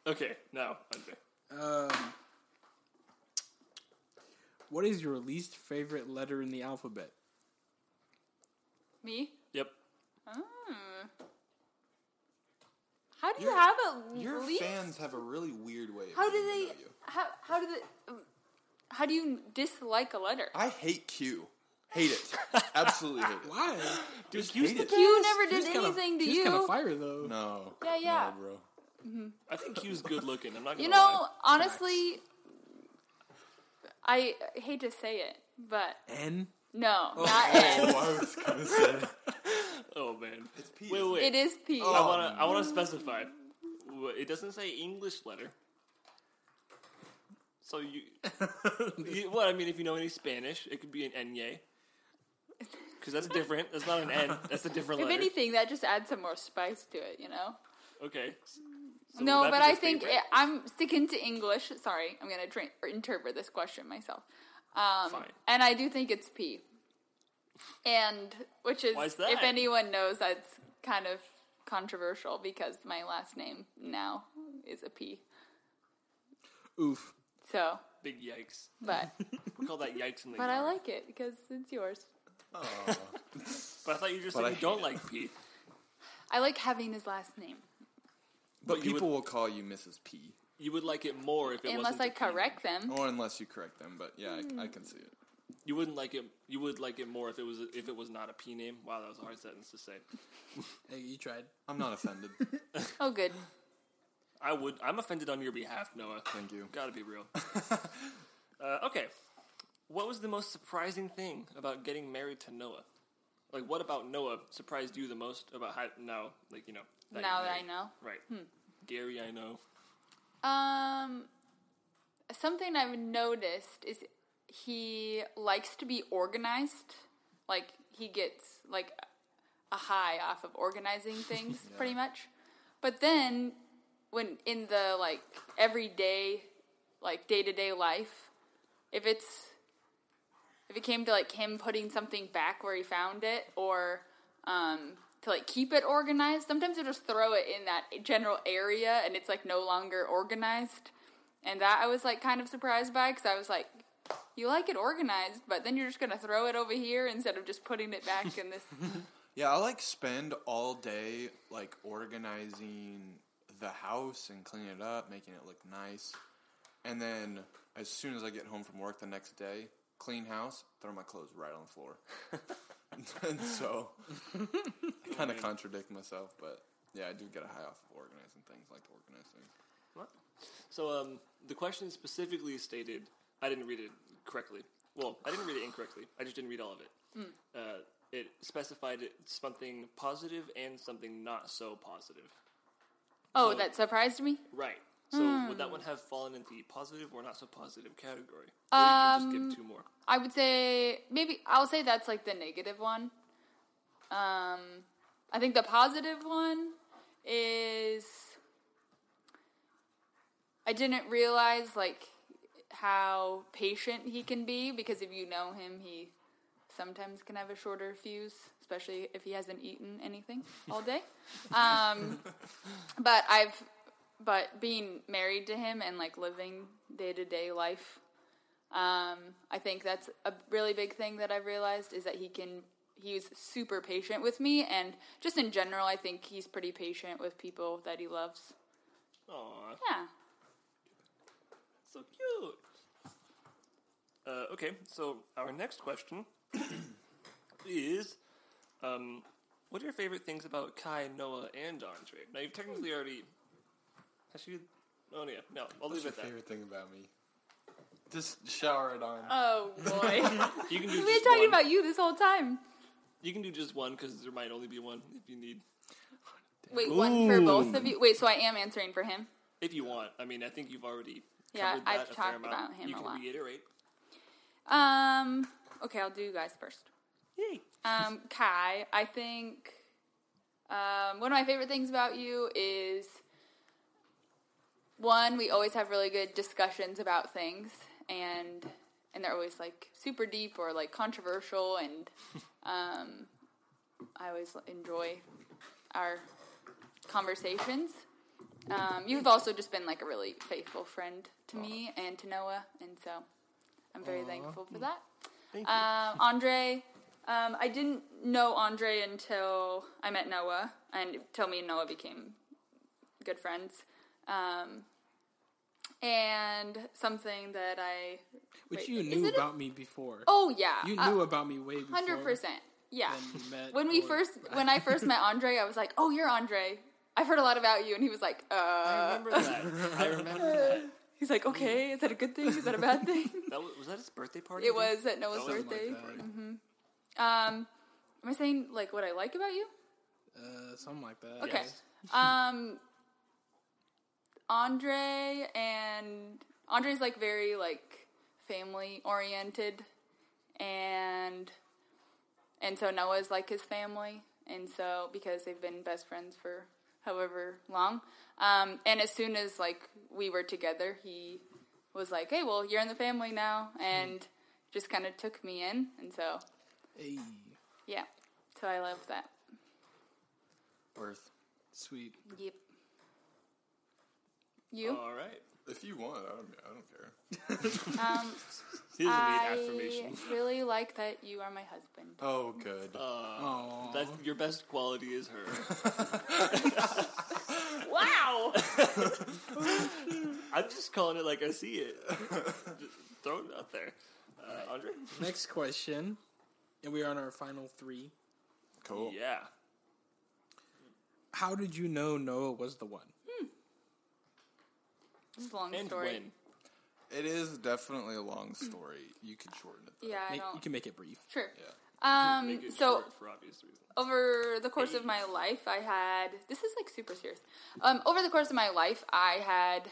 Okay, now Andre.
Um, what is your least favorite letter in the alphabet?
Me?
Yep.
Mm. How do you have a
Your
leaf?
fans have a really weird way. Of
How do
getting to
they?
know you.
How how do they? um, How do you dislike a letter?
I hate Q. Hate it. Absolutely hate it.
Why?
Dude,
Just
Q's
hate
the
it.
best.
you never did anything to you.
kind of fire though.
No.
Yeah, yeah.
No, bro.
I think Q's good looking. I'm not gonna
You
lie.
know, honestly, I hate to say it, but
N.
no, not N.
Oh, I was gonna say
Oh man.
it's P.
Wait,
isn't
wait.
It is P.
Oh,
I wanna I wanna specify. W- It doesn't say English letter. So you, you what I mean? If you know any Spanish, it could be an Enye. Because that's different. That's not an N. That's a different
if
letter.
anything, that just adds some more spice to it, you know.
Okay. So
no,
would that
but
be your
I think
favorite?
it, I'm sticking to English. Sorry, I'm gonna tra- or interpret this question myself. Um,
Fine.
And I do think it's P. And which is,
Why's that?
if anyone knows, that's kind of controversial because my last name now is a P.
Oof.
So,
big yikes.
but
We call that yikes in the
but I
yard.
like it because it's yours.
But I thought you just
But
said
I
you
hate
don't
it.
like P.
I like having his last name.
But
But you
people will call you Mrs. P,
You would like it more if it
Unless
wasn't
I
a P. Oh.
correct them.
or unless you correct them. But yeah, I, I can see it.
You wouldn't like it. You would like it more if it was if it was not a P name. Wow, that was a hard sentence to say.
Hey, you tried.
I'm not offended.
Oh, good.
I would. I'm offended on your behalf, Noah.
Thank you.
Gotta be real. uh, okay. What was the most surprising thing about getting married to Noah? Like, what about Noah surprised you the most about how now, like you know, you're
Now that I
married?
know. Hmm.
right? Gary, I know.
Um, something I've noticed is he likes to be organized. Like he gets like a high off of organizing things, pretty much. But then, when in the like everyday, like day to day life, if it's if it came to like him putting something back where he found it, or um, to like keep it organized. Sometimes they just throw it in that general area and it's like no longer organized. And that I was like kind of surprised by because I was like, you like it organized, but then you're just gonna throw it over here instead of just putting it back in this.
Yeah, I like spend all day like organizing the house and cleaning it up, making it look nice. And then as soon as I get home from work the next day, clean house, throw my clothes right on the floor. and so I kind of contradict myself, but yeah, I do get a high off of organizing things, like to organize things.
What? So um, the question specifically stated, I didn't read it correctly. Well, I didn't read it incorrectly. I just didn't read all of
Hmm.
it. Uh, it specified it- something positive and something not so positive.
Oh,
So-
that surprised me.
Right. So
Hmm.
would that one have fallen into the positive or not so positive category? Or you
Um,
can just give two more.
I would say maybe I'll say that's like the negative one. Um, I think the positive one is I didn't realize like how patient he can be because if you know him, he sometimes can have a shorter fuse, especially if he hasn't eaten anything all day. Um, but I've but being married to him and like living day to day life um, I think that's a really big thing that I've realized is that he can he's super patient with me and just in general I think he's pretty patient with people that he loves.
Aw,
Yeah.
so cute. Uh, okay, so our next question is, um, what are your favorite things about Kai, Noah, and Andre? Now you've
Hmm.
technically already. Has she? Oh yeah, no, I'll leave
What's your
it at that.
favorite thing about me? Just shower it
Uh,
on.
Oh boy. We've
You can do
been
just
talking
one.
about you this whole time.
you can do just one because there might only be one if you need,
Wait, one for both of you. Wait, so I am answering for him.
if you want. I mean, I think you've already.
Yeah,
covered
I've
that a fair
talked
amount.
about him
You
a
can
lot.
reiterate.
Um okay, I'll do you guys first.
Yay.
Um Kai, I think um one of my favorite things about you is one we always have really good discussions about things and and they're always like super deep or like controversial and um i always enjoy our conversations um you've also just been like a really faithful friend to me and to noah and so i'm very thankful for that
Mm. Thank you.
um, Andre, um, I didn't know Andre until I met Noah, and until me and Noah became good friends. Um, and something that I
Which
wait,
you
is
knew
it a-
about me before.
oh yeah,
you
uh,
knew about me way before.
hundred percent. Yeah,
when we met
when we
or-
first when I first met Andre, I was like, "Oh, you're Andre." I've heard a lot about you, and he was like, "Uh."
I remember that. I remember that.
He's like, "Okay, is that a good thing? Is that a bad thing?"
That was, was that his birthday party?
it was at Noah's
Something like
birthday.
Like that.
um, am I saying like what I like about you?
Uh, something like that.
Okay. Um, Andre and Andre's like very like family oriented, and and so Noah's like his family, and so because they've been best friends for however long, um, and as soon as like we were together, he was like, "Hey, well, you're in the family now," and just kind of took me in, and so
Hey,
yeah, so I love that.
Earth.
sweet.
Yep. You?
All right.
If you want, I don't, I don't care.
Um,
Here's a neat
I
affirmation.
really like that you are my husband.
Oh, good.
Oh,
That's your Uh, best quality is her.
Wow!
I'm just calling it like I see it. Just throw it out there, uh, Andre.
next question, and we are on our final three.
cool.
Yeah.
How did you know Noah was the one?
It's a long
And
story. Mm,
when?
It is definitely a long story. You could shorten it. Though.
Yeah, I
Make, you
don't.
can make it brief.
Sure.
Yeah.
Make
Um,
it
so
short for obvious reasons.
over the course of my life, I had this is like super serious. Um, over the course of my life, I had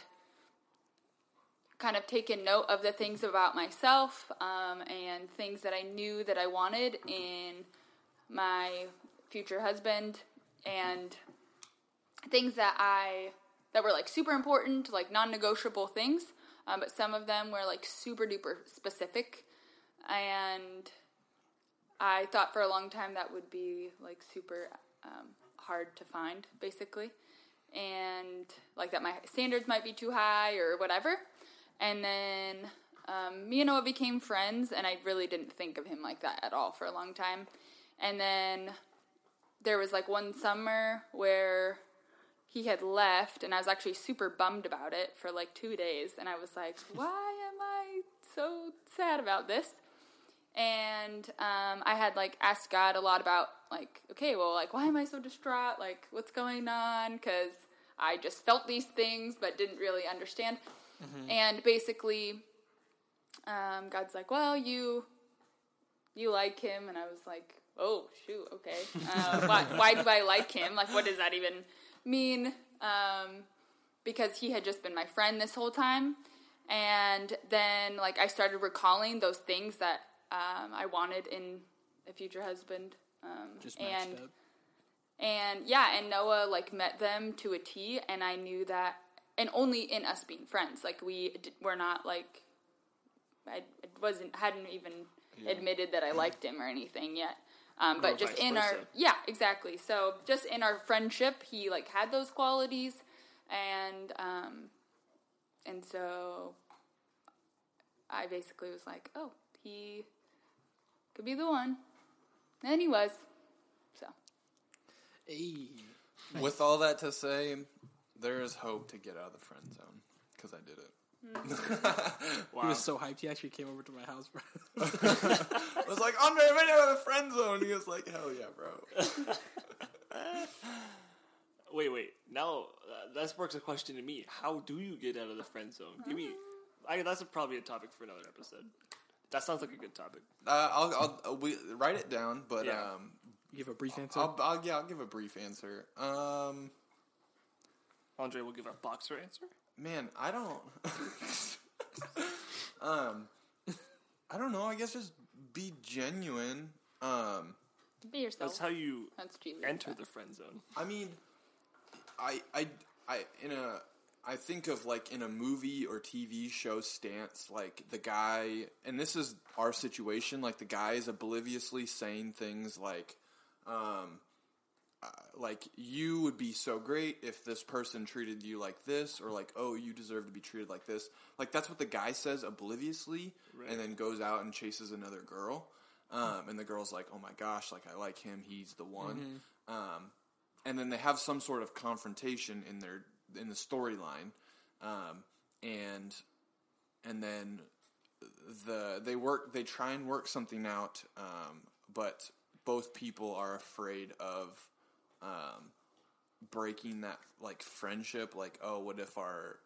kind of taken note of the things about myself um, and things that I knew that I wanted in my future husband and things that I that were like super important, like non-negotiable things. Um, but some of them were like super duper specific and I thought for a long time that would be like super uh, um, hard to find, basically, and like that my standards might be too high or whatever. And then um, me and Noah became friends, and I really didn't think of him like that at all for a long time. And then there was like one summer where he had left and I was actually super bummed about it for like 2 days and I was like why am I so sad about this and um, I had like asked God a lot about like okay well like why am I so distraught like what's going on cuz I just felt these things but didn't really understand
Mm-hmm.
and basically um, God's like well you you like him and i was like oh shoot okay uh, why, why do i like him like what does that even mean um, because he had just been my friend this whole time and then like i started recalling those things that um, i wanted in a future husband um,
Just matched
and
up.
and yeah and noah like met them to a t and i knew that and only in us being friends like we d- were not like i wasn't hadn't even admitted that i liked him or anything yet um, but
Or
just
vice
in our
versa.
yeah exactly so just in our friendship he like had those qualities and um and so i basically was like oh he could be the one and he was so
Hey.
With all that to say, there is hope to get out of the friend zone because I did it.
Wow.
He was so hyped. He actually came over to my house, bro.
I was like, Andre, I'm out of the friend zone. He was like, Hell yeah, bro. Uh,
wait, wait. Now uh, that sparks a question to me. How do you get out of the friend zone? Give me.
Uh-huh.
I, that's probably a topic for another episode. That sounds like a good topic.
Uh, I'll, I'll uh, we, write it down, but
Yeah.
um,
You have a brief answer.
I'll, I'll, yeah, I'll give a brief answer. Um,
Andre will give our boxer answer.
man, I don't. um, I don't know. I guess just be genuine. Um,
be yourself
That's how you
That's cheating.
enter the friend zone.
I mean, I I I in a I think of like in a movie or TV show stance, like the guy, and this is our situation. Like the guy is obliviously saying things like, um, uh, like you would be so great if this person treated you like this, or like oh you deserve to be treated like this. Like that's what the guy says obliviously, and then goes out and chases another girl. Um, and the girl's like, oh my gosh, like I like him, he's the one. Um, and then they have some sort of confrontation in their in the storyline, um, and and then the they work they try and work something out, um, but both people are afraid of um, breaking that like friendship. Like, oh, what if our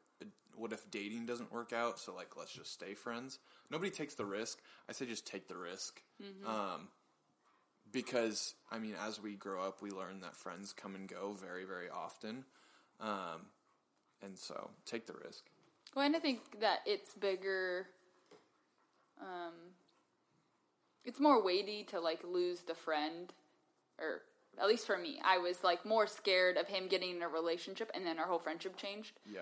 what if dating doesn't work out? So like, let's just stay friends. Nobody takes the risk. I say just take the risk. Um, because I mean, as we grow up, we learn that friends come and go very, very often, um, and so take the risk.
Well, and I think that it's bigger. Um, it's more weighty to like lose the friend, or at least for me, I was like more scared of him getting in a relationship and then our whole friendship changed,
Yeah,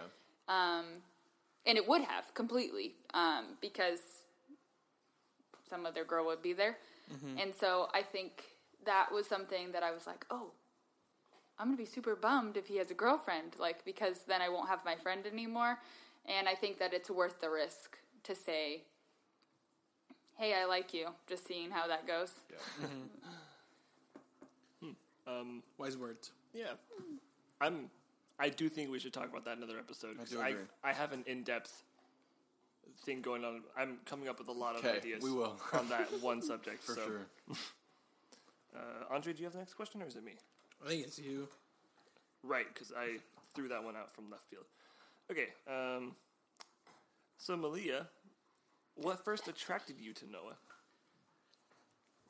and it would have completely um, because some other girl would be there,
Mm-hmm.
and so I think that was something that I was like, oh. I'm gonna be super bummed if he has a girlfriend, like because then I won't have my friend anymore. And I think that it's worth the risk to say, "Hey, I like you." Just seeing how that goes.
yeah.
Um,
Wise words.
yeah, I'm. I do think we should talk about that in another episode. 'cause
do
I,
agree.
I have an in-depth thing going on. I'm coming up with a lot of
'Kay,
ideas.
we will.
on that one subject
for
so.
sure.
Uh, Andre, do you have the next question, or is it me?
I think it's you.
Right, because I threw that one out from left field. Okay, um, so Malia, what first attracted you to Noah?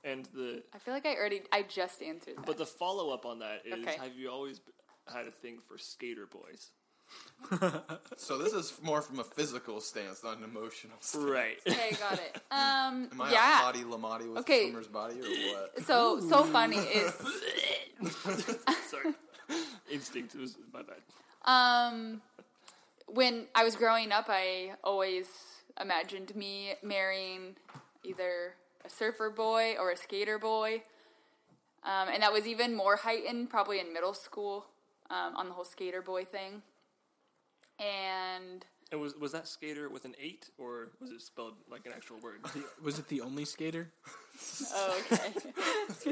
And the
I feel like I already, I just answered that.
but the follow up on that is:
Okay.
Have you always b- had a thing for skater boys?
So this is more from a physical stance, not an emotional. Stance.
Right.
okay, got it. Um,
Am I
yeah.
a hottie Lamati with
Okay.
a swimmer's body or what?
so so funny is
Sorry, instinct was my bad.
um, when I was growing up, I always imagined me marrying either a surfer boy or a skater boy. Um, and that was even more heightened probably in middle school um, on the whole skater boy thing. And
And was was that skater with an eight, or was it spelled like an actual word?
Was it the only skater?
oh, okay.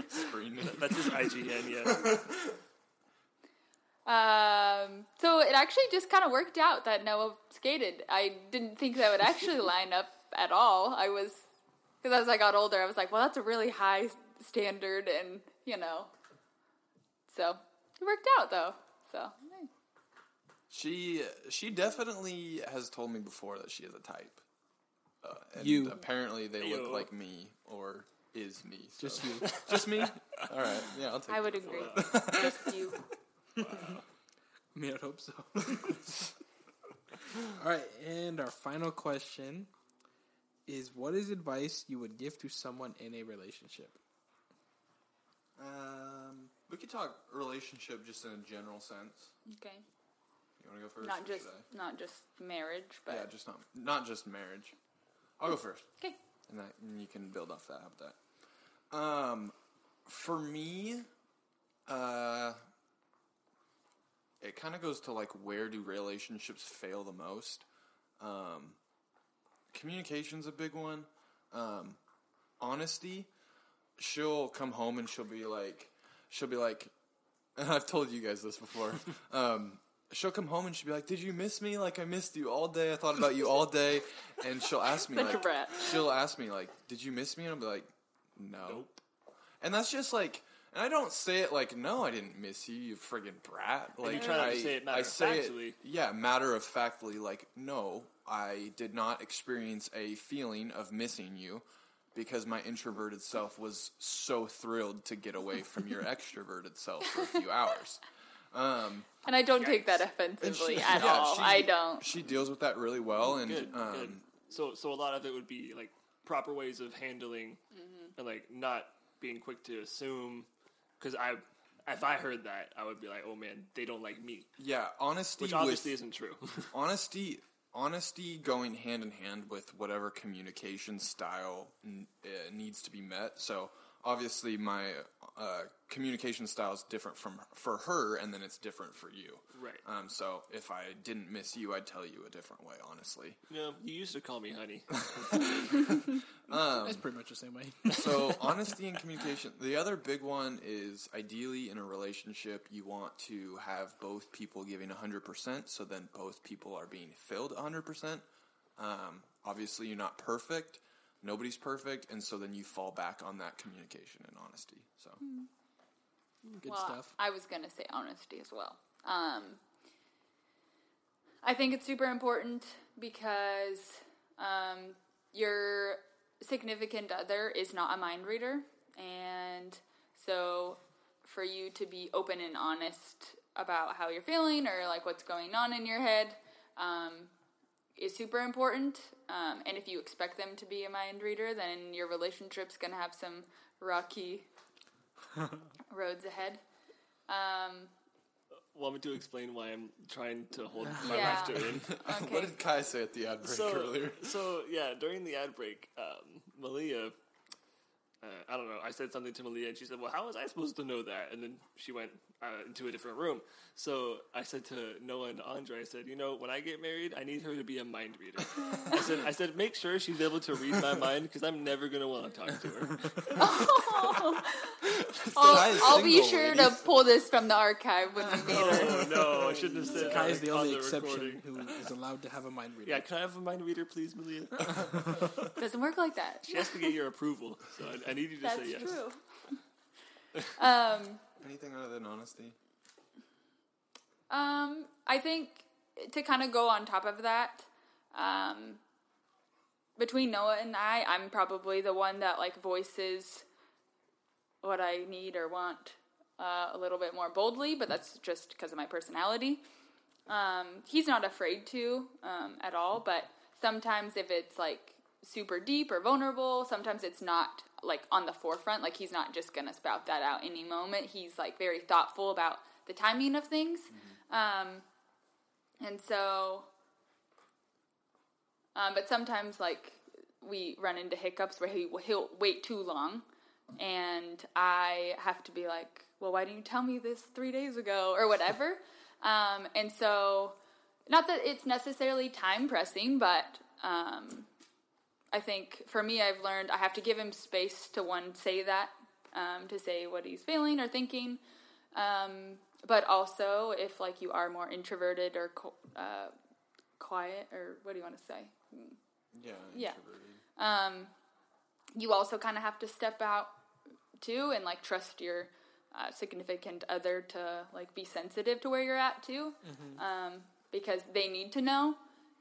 Screen.
That's his IGN, yeah.
Um, so it actually just kind of worked out that Noah skated. I didn't think that would actually line up at all. I was, because as I got older, I was like, well, that's a really high s- standard, and you know. So it worked out though. So
She she definitely has told me before that she is a type. Uh, and
You.
apparently they look
Ew.
like me or is me. so-
Just you.
just me. All right, yeah, I'll take.
I would agree. just you.
I mean, I'd hope so. All right, and our final question is: What is advice you would give to someone in a relationship?
Um, we could talk relationship just in a general sense.
Okay.
You want to go first?
Not
or
just
should I?
not just marriage, but
yeah, just not not just marriage. I'll go first.
okay.
and that and you can build off that. Have that. Um, for me, uh, it kind of goes to like where do relationships fail the most? Um, communication's a big one. Um, honesty. She'll come home and she'll be like, she'll be like, and I've told you guys this before. Um, she'll come home and she'll be like, "Did you miss me? Like I missed you all day. I thought about you all day." And she'll ask me,
Such a
like,
brat.
she'll ask me, like, "Did you miss me?" And I'll be like, "No."
Nope.
And that's just like, and I don't say it like, "No, I didn't miss you, you friggin' brat." Like
try not
I
to say it
I say it-
matter-of-factly.
yeah, matter of factly, like, no, I did not experience a feeling of missing you because my introverted self was so thrilled to get away from your extroverted self for a few hours. Um,
And I don't take that
And
offensively
she-
at
yeah,
all.
she-
I don't.
She deals with that really well, and
Good,
um,
good. So, so a lot of it would be like proper ways of handling and like not being quick to assume. Because I, if I heard that, I would be like, oh man, they don't like me,
yeah, honesty
which
with
obviously isn't true.
honesty honesty going hand in hand with whatever communication style n- uh, needs to be met so obviously my uh, communication style is different from for her and then it's different for you
Right.
um, so if i didn't miss you i'd tell you a different way honestly
no, you used to call me honey. Um,
That's pretty much the same way.
so honesty and communication the other big one is ideally in a relationship you want to have both people giving 100% so then both people are being filled 100% um, obviously you're not perfect nobody's perfect and so then you fall back on that communication and honesty so
Good
Well,
stuff.
I was going to say honesty as well. Um, I think it's super important because um, your significant other is not a mind reader. And so for you to be open and honest about how you're feeling or like what's going on in your head um, is super important. Um, and if you expect them to be a mind reader, then your relationship's going to have some rocky roads ahead. Um,
Want me to explain why I'm trying to hold my
Yeah.
laughter in?
Mm, okay.
what did kai say at the ad break
so,
earlier
so yeah, during the ad break, um, Malia, uh, I don't know, I said something to Malia, and she said, "Well, how was I supposed to know that?" And then she went uh, into a different room. So I said to Noah and Andre, I said, "You know, when I get married, I need her to be a mind reader." I said, "I said, make sure she's able to read my mind because I'm never gonna want to talk to her."
Kai's
I'll, I'll be
single,
sure
ladies.
to pull this from the archive when we meet her.
oh no, I shouldn't have said. that,
Kai is
like,
the
on
only
the
exception
recording.
who is allowed to have a mind reader.
Yeah, can I have a mind reader, please, Malia?
Doesn't work like that.
She has to get your approval, so I, I need you to
That's
say yes.
true. um,
anything other than honesty
um, I think to kind of go on top of that, um, between Noah and I, I'm probably the one that like voices what I need or want uh, a little bit more boldly, but that's just because of my personality. Um, he's not afraid to um, at all, but sometimes if it's like super deep or vulnerable, sometimes it's not like on the forefront. Like he's not just gonna spout that out any moment. He's like very thoughtful about the timing of things, um, and so. Um, but sometimes like we run into hiccups where he he'll wait too long and I have to be like, well, why didn't you tell me this three days ago or whatever? um, and so, not that it's necessarily time pressing, but um, I think for me, I've learned I have to give him space to one say that, um, to say what he's feeling or thinking. Um, but also, if like you are more introverted or co- uh, quiet or what do you want to say?
Yeah.
Yeah. um, you also kind of have to step out too and like trust your uh, significant other to like be sensitive to where you're at too um, because they need to know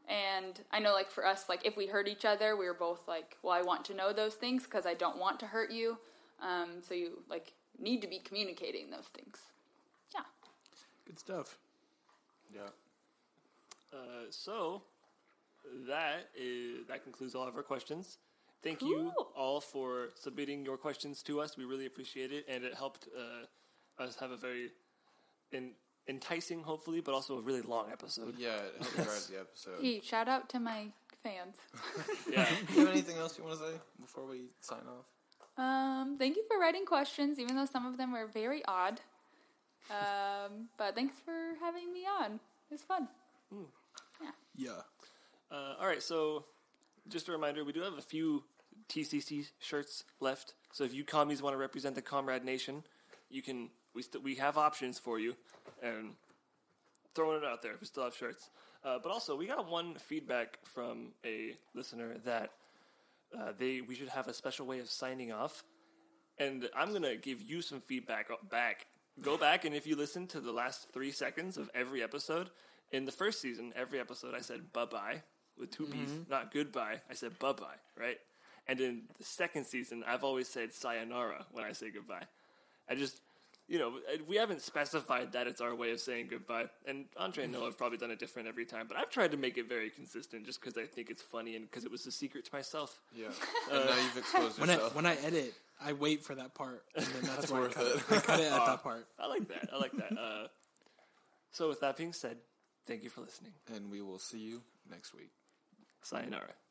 and i know like for us like if we hurt each other we were both like well i want to know those things because i don't want to hurt you um, so you like need to be communicating those things yeah
Good stuff.
Yeah.
Uh, so that is that concludes all of our questions. Thank you
Cool.
all for submitting your questions to us. We really appreciate it, and it helped uh, us have a very en- enticing, hopefully, but also a really long episode.
Yeah, it helped drive the episode.
hey shout out to my fans
Yeah,
you have anything else you want to say before we sign off?
Um, thank you for writing questions, even though some of them were very odd. Um, but thanks for having me on. It was fun.
Yeah.
Uh, all right, so just a reminder, we do have a few TCC shirts left. So if you commies want to represent the Comrade Nation, you can. We still we have options for you, and throwing it out there, we still have shirts. Uh, but also, we got one feedback from a listener that uh, they we should have a special way of signing off. And I'm gonna give you some feedback o- back. Go back, and if you listen to the last three seconds of every episode, in the first season, every episode I said bye bye with 2 b's, not goodbye. I said bye bye, right? And in the second season, I've always said sayonara when I say goodbye. I just, you know, we haven't specified that it's our way of saying goodbye. And Andre and Noah have probably done it different every time, but I've tried to make it very consistent just because I think it's funny and because it was a secret to myself. Uh,
Yeah. and now you've exposed
When I
yourself.
when I edit, I wait for that part, and then that's, where
worth
I cut it. I cut it at that part.
I like that. I like that. Uh, so, with that being said, thank you for listening.
and we will see you next week.
Sayonara.